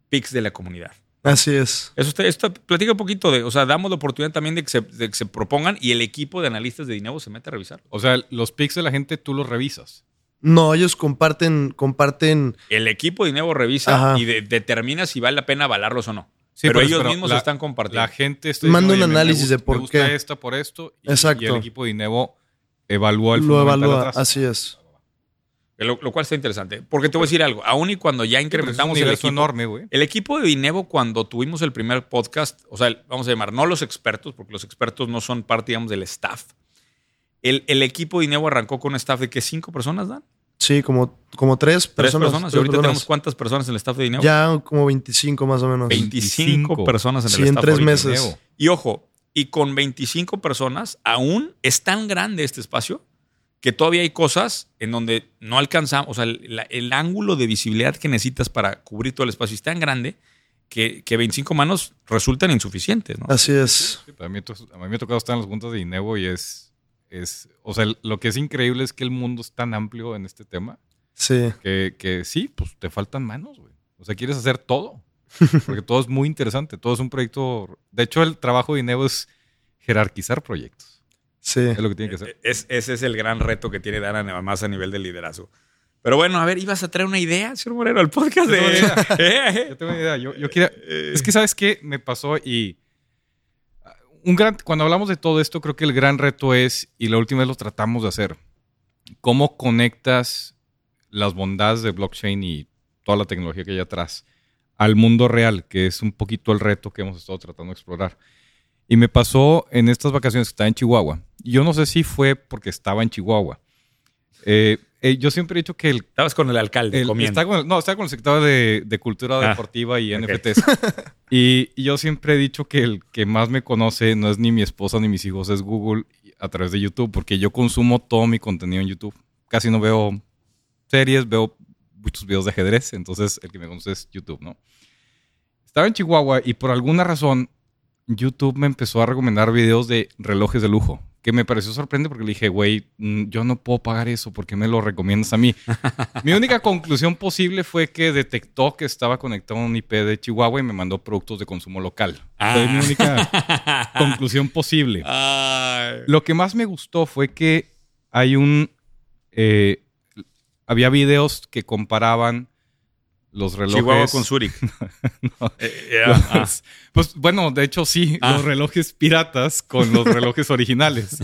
pics de la comunidad. Así es. Eso está- esto platica un poquito de, o sea, damos la oportunidad también de que se, de que se propongan y el equipo de analistas de Inevo se mete a revisar. O sea, los pics de la gente tú los revisas. No, ellos comparten, comparten. El equipo de Inevo revisa Ajá. y de- determina si vale la pena avalarlos o no. Sí, pero por eso, ellos pero mismos la- están compartiendo. La gente está diciendo, Manda un "Oye, me- me análisis de gusta- por me gusta qué". esta por esto. Y, Exacto. y el equipo de Inevo evalúa el Lo fundamental evalúa. atrás. Así es. Lo, lo cual está interesante. Porque te voy a decir algo. Aún y cuando ya Pero es un incrementamos el universo equipo, enorme, güey. El equipo de Inevo, cuando tuvimos el primer podcast, o sea, el- vamos a llamar, no los expertos, porque los expertos no son parte, digamos, del staff. El, el equipo de Inevo arrancó con un staff de que cinco personas dan. Sí, como, como tres Tres personas. personas. Y tres ahorita personas. tenemos cuántas personas en el staff de Inevo? Ya como 25 más o menos. 25, 25 personas en el Sí, en staff. tres ahorita. meses. Inevo. Y ojo, y con 25 personas, aún es tan grande este espacio que todavía hay cosas en donde no alcanzamos, o sea, el, la- el ángulo de visibilidad que necesitas para cubrir todo el espacio es tan grande que, que 25 manos resultan insuficientes, ¿no? Así es. Sí, A mí, to- a mí me ha tocado estar en las juntas de Inevo y es, es... O sea, lo que es increíble es que el mundo es tan amplio en este tema Sí. que, que sí, pues te faltan manos, güey. O sea, quieres hacer todo. Porque todo es muy interesante. Todo es un proyecto... De hecho, el trabajo de Inevo es jerarquizar proyectos. Sí. Es lo que tiene que hacer. E, Es- ese es el gran reto que tiene Dana, además a nivel de liderazgo. Pero bueno, a ver, ¿ibas a traer una idea, señor Moreno, al podcast? De... No, ya. Eh, Yo tengo una idea. Yo, yo quería... eh. Es que, ¿sabes qué? Me pasó y. ah, Un gran, cuando hablamos de todo esto, creo que el gran reto es, y la última vez lo tratamos de hacer, cómo conectas las bondades de blockchain y toda la tecnología que hay atrás al mundo real, que es un poquito el reto que hemos estado tratando de explorar. Y me pasó en estas vacaciones que estaba en Chihuahua. Yo no sé si fue porque estaba en Chihuahua. Eh, eh, yo siempre he dicho que el Estabas con el alcalde el- comiendo. está con el- no, está con el sector de, de cultura Ah, deportiva y ok. NFTs. y, y yo siempre he dicho que el que más me conoce no es ni mi esposa ni mis hijos, es Google a través de YouTube, porque yo consumo todo mi contenido en YouTube. casi no veo series, veo muchos videos de ajedrez, entonces el que me conoce es YouTube, ¿no? Estaba en Chihuahua y por alguna razón YouTube me empezó a recomendar videos de relojes de lujo, que me pareció sorprendente porque le dije, güey, mm, yo no puedo pagar eso, ¿por qué me lo recomiendas a mí? Mi única conclusión posible fue que detectó que estaba conectado a un IP de Chihuahua y me mandó productos de consumo local. Fue mi única conclusión posible. Ay. Lo que más me gustó fue que hay un. eh, había videos que comparaban los relojes. Chihuahua con Zurich. Eh, eh, los- ah, Pues bueno, de hecho sí, Ah. los relojes piratas con los relojes originales.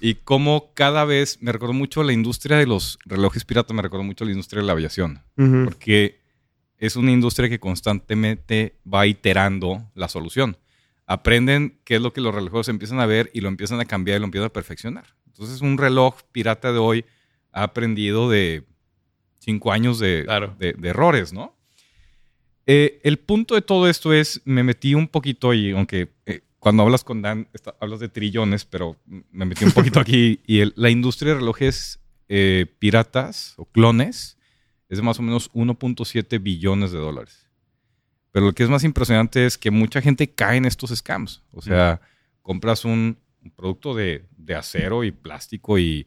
Y como cada vez me recordó mucho la industria de los relojes piratas, me recordó mucho la industria de la aviación. Ujú. Porque es una industria que constantemente va iterando la solución. Aprenden qué es lo que los relojeros empiezan a ver y lo empiezan a cambiar y lo empiezan a perfeccionar. Entonces, un reloj pirata de hoy ha aprendido de cinco años de, Claro. de- de errores, ¿no? Eh, el punto de todo esto es, me metí un poquito y aunque eh, cuando hablas con Dan, está- hablas de trillones, pero me metí un poquito aquí y el- la industria de relojes eh, piratas o clones es de más o menos 1.7 billones de dólares. Pero lo que es más impresionante es que mucha gente cae en estos scams. O sea, compras un, un producto de, de acero y plástico y,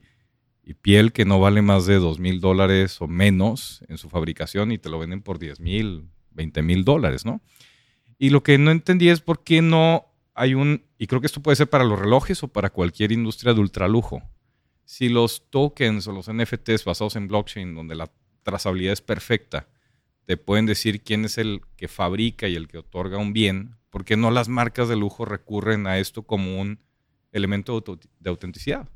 y piel que no vale más de 2 mil dólares o menos en su fabricación y te lo venden por 10 mil, 20 mil dólares, ¿no? Y lo que no entendí es por qué no hay un, y creo que esto puede ser para los relojes o para cualquier industria de ultralujo. Si los tokens o los NFTs basados en blockchain, donde la trazabilidad es perfecta, te pueden decir quién es el que fabrica y el que otorga un bien, ¿por qué no las marcas de lujo recurren a esto como un elemento de auto- de autenticidad?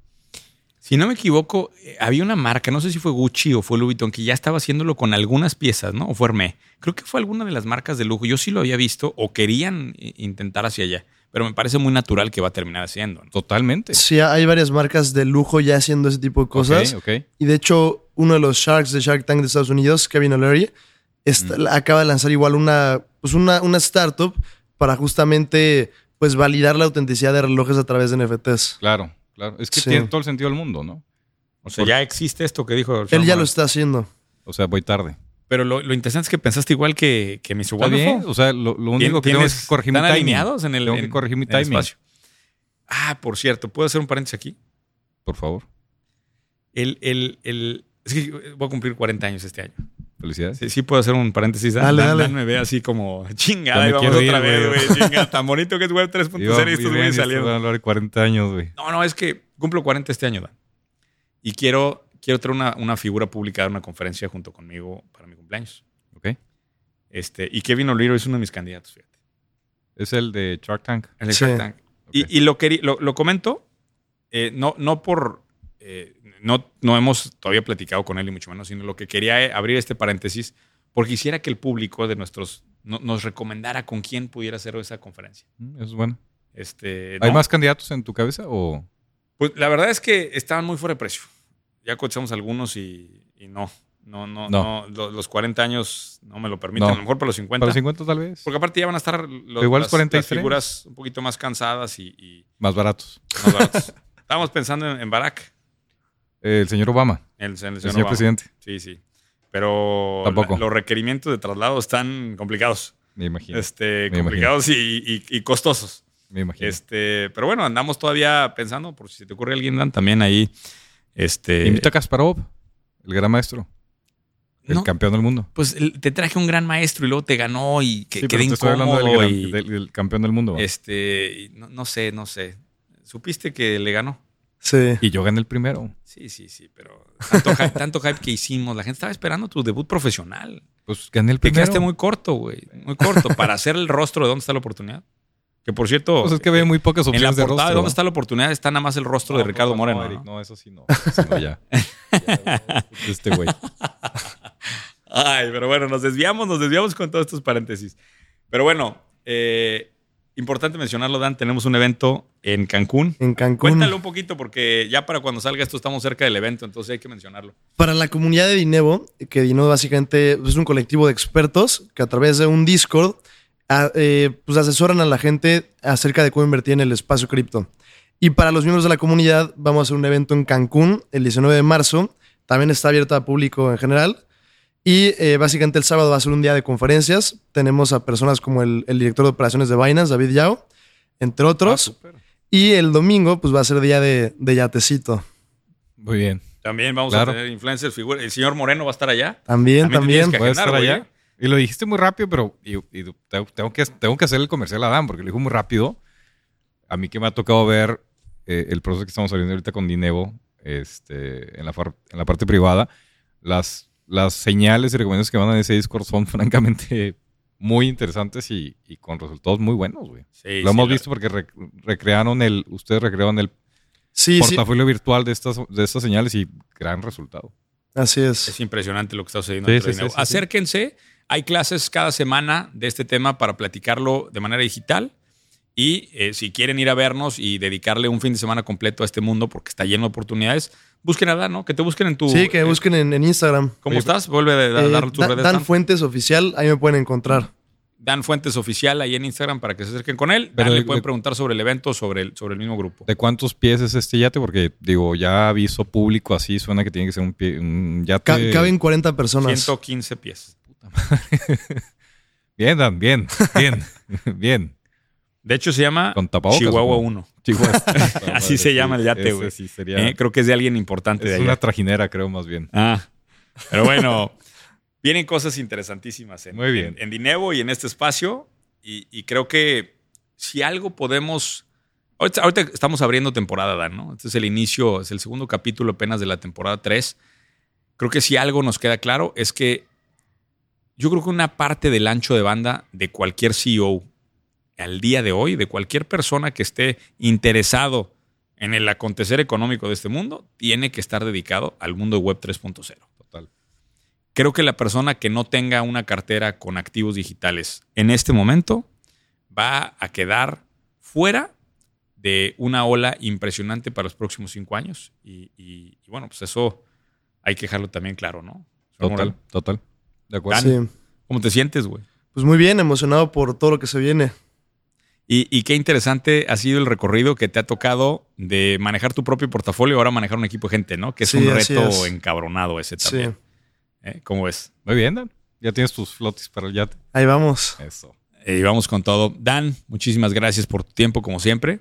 Si no me equivoco, eh, había una marca, no sé si fue Gucci o fue Louis Vuitton, que ya estaba haciéndolo con algunas piezas, ¿no? O fue Hermé. Creo que fue alguna de las marcas de lujo. Yo sí lo había visto o querían eh, intentar hacia allá, pero me parece muy natural que va a terminar haciendo. ¿no? Totalmente. Sí, hay varias marcas de lujo ya haciendo ese tipo de cosas. Ok, ok. Y de hecho, uno de los Sharks de Shark Tank de Estados Unidos, Kevin O'Leary, está- acaba de lanzar igual una, pues una, una startup para justamente pues validar la autenticidad de relojes a través de NFTs. Claro, claro. Es que Sí. tiene todo el sentido del mundo, ¿no? O sea, ya existe esto que dijo. el Él ya Sean lo Moran. está haciendo. O sea, voy tarde. Pero lo, lo interesante es que pensaste igual que, que Mr. Está bien. Wonderful. O sea, lo, lo único que tengo ¿Tienes- es que corregir mi ¿Están timing. alineados en el, Tengo en- que corregir mi en el timing. espacio? Ah, por cierto, ¿puedo hacer un paréntesis aquí? Por favor. El, el, el, es que eh, voy a cumplir 40 años este año. Felicidades. Sí, sí puedo hacer un parénsis. Dan, Dale, Dan- dale. Dan me ve así como chingada. Ya me ahí vamos quiero ir, otra vez, güey. güey. chinga, tan bonito que es Web 3.0 y Iba muy estos bien, güeyes esto saliendo. va a hablar de 40 años, güey. No, no, es que cumplo 40 este año, Dan. Y quiero, quiero traer una, una figura pública a dar una conferencia junto conmigo para mi cumpleaños. Ok. Este, y Kevin O'Leary es uno de mis candidatos, fíjate. Es el de Shark Tank. El de Sí. Shark Tank. Y, Ok. y lo, querí- lo, lo comento, eh, no, no por. eh, no, no hemos todavía platicado con él, y mucho menos, sino lo que quería eh, abrir este paréntesis, porque quisiera que el público de nuestros. no- nos recomendara con quién pudiera hacer esa conferencia. Mm, Eso es bueno. Este, ¿Hay ¿no? más candidatos en tu cabeza o...? Pues la verdad es que estaban muy fuera de precio. Ya cotizamos algunos y, y no. No, no, No. no. Lo- Los 40 años no me lo permiten. No. A lo mejor para los 50. Para los 50 tal vez. Porque aparte ya van a estar los, Igual es las, las 43. figuras un poquito más cansadas y, y Más baratos. más baratas. Estábamos pensando en, en Barack, Eh, el señor Obama. en el, en el El señor señor Obama. presidente. Sí, sí. Pero Tampoco. la- los requerimientos de traslado están complicados. Me imagino. Este, Me imagino. complicados y, y- y costosos. me imagino. Este, pero bueno, andamos todavía pensando, por si se te ocurre alguien, Dan, también ahí. Este, Invita a Kasparov, el gran maestro. El no, campeón del mundo. pues el- te traje un gran maestro y luego te ganó y que Sí, quedé pero te estoy hablando del, incómodo gran- y, del- del campeón del mundo. este y no, no sé, no sé. ¿Supiste que le ganó? Sí. Y yo gané el primero. Sí, sí, sí, pero tanto, hy- tanto hype que hicimos, la gente estaba esperando tu debut profesional. Pues gané el Te primero. quedaste muy corto, güey, muy corto para hacer el rostro de dónde está la oportunidad. Que por cierto, Pues es que veo muy pocas Eh, en la opciones portada de de rostro. dónde está la oportunidad está nada más el rostro de No, Ricardo no, Moreno. No, Eric, ¿no? no, eso sí no. Eso no, ya. Ya, no, este güey. Ay, pero bueno, nos desviamos, nos desviamos con todos estos paréntesis. Pero bueno, eh, importante mencionarlo, Dan, tenemos un evento en Cancún. En Cancún. Cuéntalo un poquito porque ya para cuando salga esto estamos cerca del evento, entonces hay que mencionarlo. Para la comunidad de Dinevo, que Dinevo básicamente pues, es un colectivo de expertos que a través de un Discord a- eh, pues asesoran a la gente acerca de cómo invertir en el espacio cripto. Y para los miembros de la comunidad vamos a hacer un evento en Cancún el 19 de marzo También está abierta a público en general. Y eh, básicamente el sábado va a ser un día de conferencias. Tenemos a personas como el, el director de operaciones de Binance, David Yao, entre Ah, otros. y el domingo, pues va a ser día de, de yatecito. Muy bien. También vamos Claro. a tener influencers, figura. El señor Moreno va a estar allá. También, También también. tienes que- Voy a agendar, estar güey, allá. Y lo dijiste muy rápido, pero y- y tengo, tengo que, tengo que hacer el comercial a Dan porque lo dijo muy rápido. A mí que me ha tocado ver eh, el proceso que estamos saliendo ahorita con Dinevo este, en, la far- en la parte privada, las, las señales y recomendaciones que van a ese Discord son francamente muy interesantes y, y con resultados muy buenos, güey. Sí, Lo sí, hemos la- visto porque re- recrearon el, ustedes recrearon el Sí, sí, portafolio virtual de estas, de estas señales y gran resultado. así Es es. impresionante lo que está sucediendo. Sí, dentro de sí, Dinero. sí, sí, sí. Acérquense. Hay clases cada semana de este tema para platicarlo de manera digital. Y eh, si quieren ir a vernos y dedicarle un fin de semana completo a este mundo porque está lleno de oportunidades, busquen a Dan, ¿no? Que te busquen en tu. Sí, que eh, busquen en, en Instagram. ¿Cómo estás? Vuelve a da- Eh, dar tus Da- redes. Dan Dan. Fuentes Oficial, ahí me pueden encontrar. Dan Fuentes Oficial ahí en Instagram para que se acerquen con él. Pero Dan, le de- pueden de- preguntar sobre el evento, sobre el, sobre el mismo grupo. ¿De cuántos pies es este yate? Porque, digo, ya aviso público así, suena que tiene que ser un, pie- un yate. Ca- Caben 40 personas. 115 pies. Bien, Dan, bien, bien, bien. De hecho, se llama Con tapabocas. Chihuahua ¿o cómo? 1. Chihuahua. Así se llama el yate, Ese güey. sí sería- Eh, Creo que es de alguien importante de es allá. una trajinera, creo, más bien. Ah, pero bueno, vienen cosas interesantísimas en, Muy bien. en, en Dinevo y en este espacio. Y, y creo que si algo podemos. Ahorita, ahorita estamos abriendo temporada, Dan, ¿no? Este es el inicio, es el segundo capítulo apenas de la temporada 3. Creo que si algo nos queda claro es que yo creo que una parte del ancho de banda de cualquier CEO al día de hoy, de cualquier persona que esté interesado en el acontecer económico de este mundo, tiene que estar dedicado al mundo web 3.0. Total. Creo que la persona que no tenga una cartera con activos digitales en este momento va a quedar fuera de una ola impresionante para los próximos cinco años. Y, y- y bueno, pues eso hay que dejarlo también claro, ¿no? Señor Total, Moreno, total. De acuerdo. Dan. Pues Sí. ¿Cómo te sientes, güey? Pues muy bien, emocionado por todo lo que se viene. Y, y qué interesante ha sido el recorrido que te ha tocado de manejar tu propio portafolio, ahora manejar un equipo de gente, ¿no? Que es Sí, un así reto es. encabronado ese Sí. también. ¿eh? ¿Cómo ves? Muy bien, Dan. Ya tienes tus flotis para el yate. Ahí vamos. Eso. Eh, Y vamos con todo. Dan, muchísimas gracias por tu tiempo, como siempre.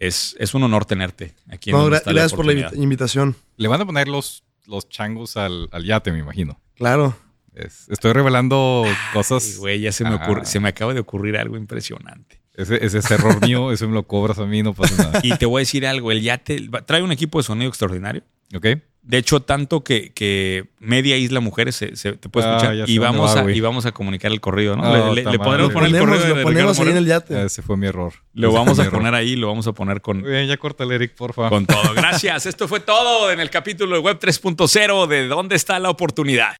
Es, es un honor tenerte aquí en No, Donde gra- está gracias por la Oportunidad. invita- invitación. Le van a poner los, los changos al, al yate, me imagino. Claro. Es- estoy revelando Ay, cosas. güey, ya se me, ocurre- Ah. se me acaba de ocurrir algo impresionante. Ese, ese es error mío, eso me lo cobras a mí, no pasa nada. Y te voy a decir algo, el yate va- trae un equipo de sonido extraordinario. ¿Ok? De hecho, tanto que, que Media Isla Mujeres se, se- te puede Ah, escuchar ya sé y, dónde vamos va, a, güey. y vamos a comunicar el corrido, ¿no? No, le, le- le está podremos mal. poner el Lo corrido ponemos- de lo Ricardo ponemos ahí en Moreno. el yate. Ah, Ese fue mi error. Lo Ese vamos fue mi a error. poner ahí, lo vamos a poner con, Muy bien, ya córtale, Eric, porfa. con todo. Gracias. Esto fue todo en el capítulo de Web 3.0 de ¿Dónde está la oportunidad?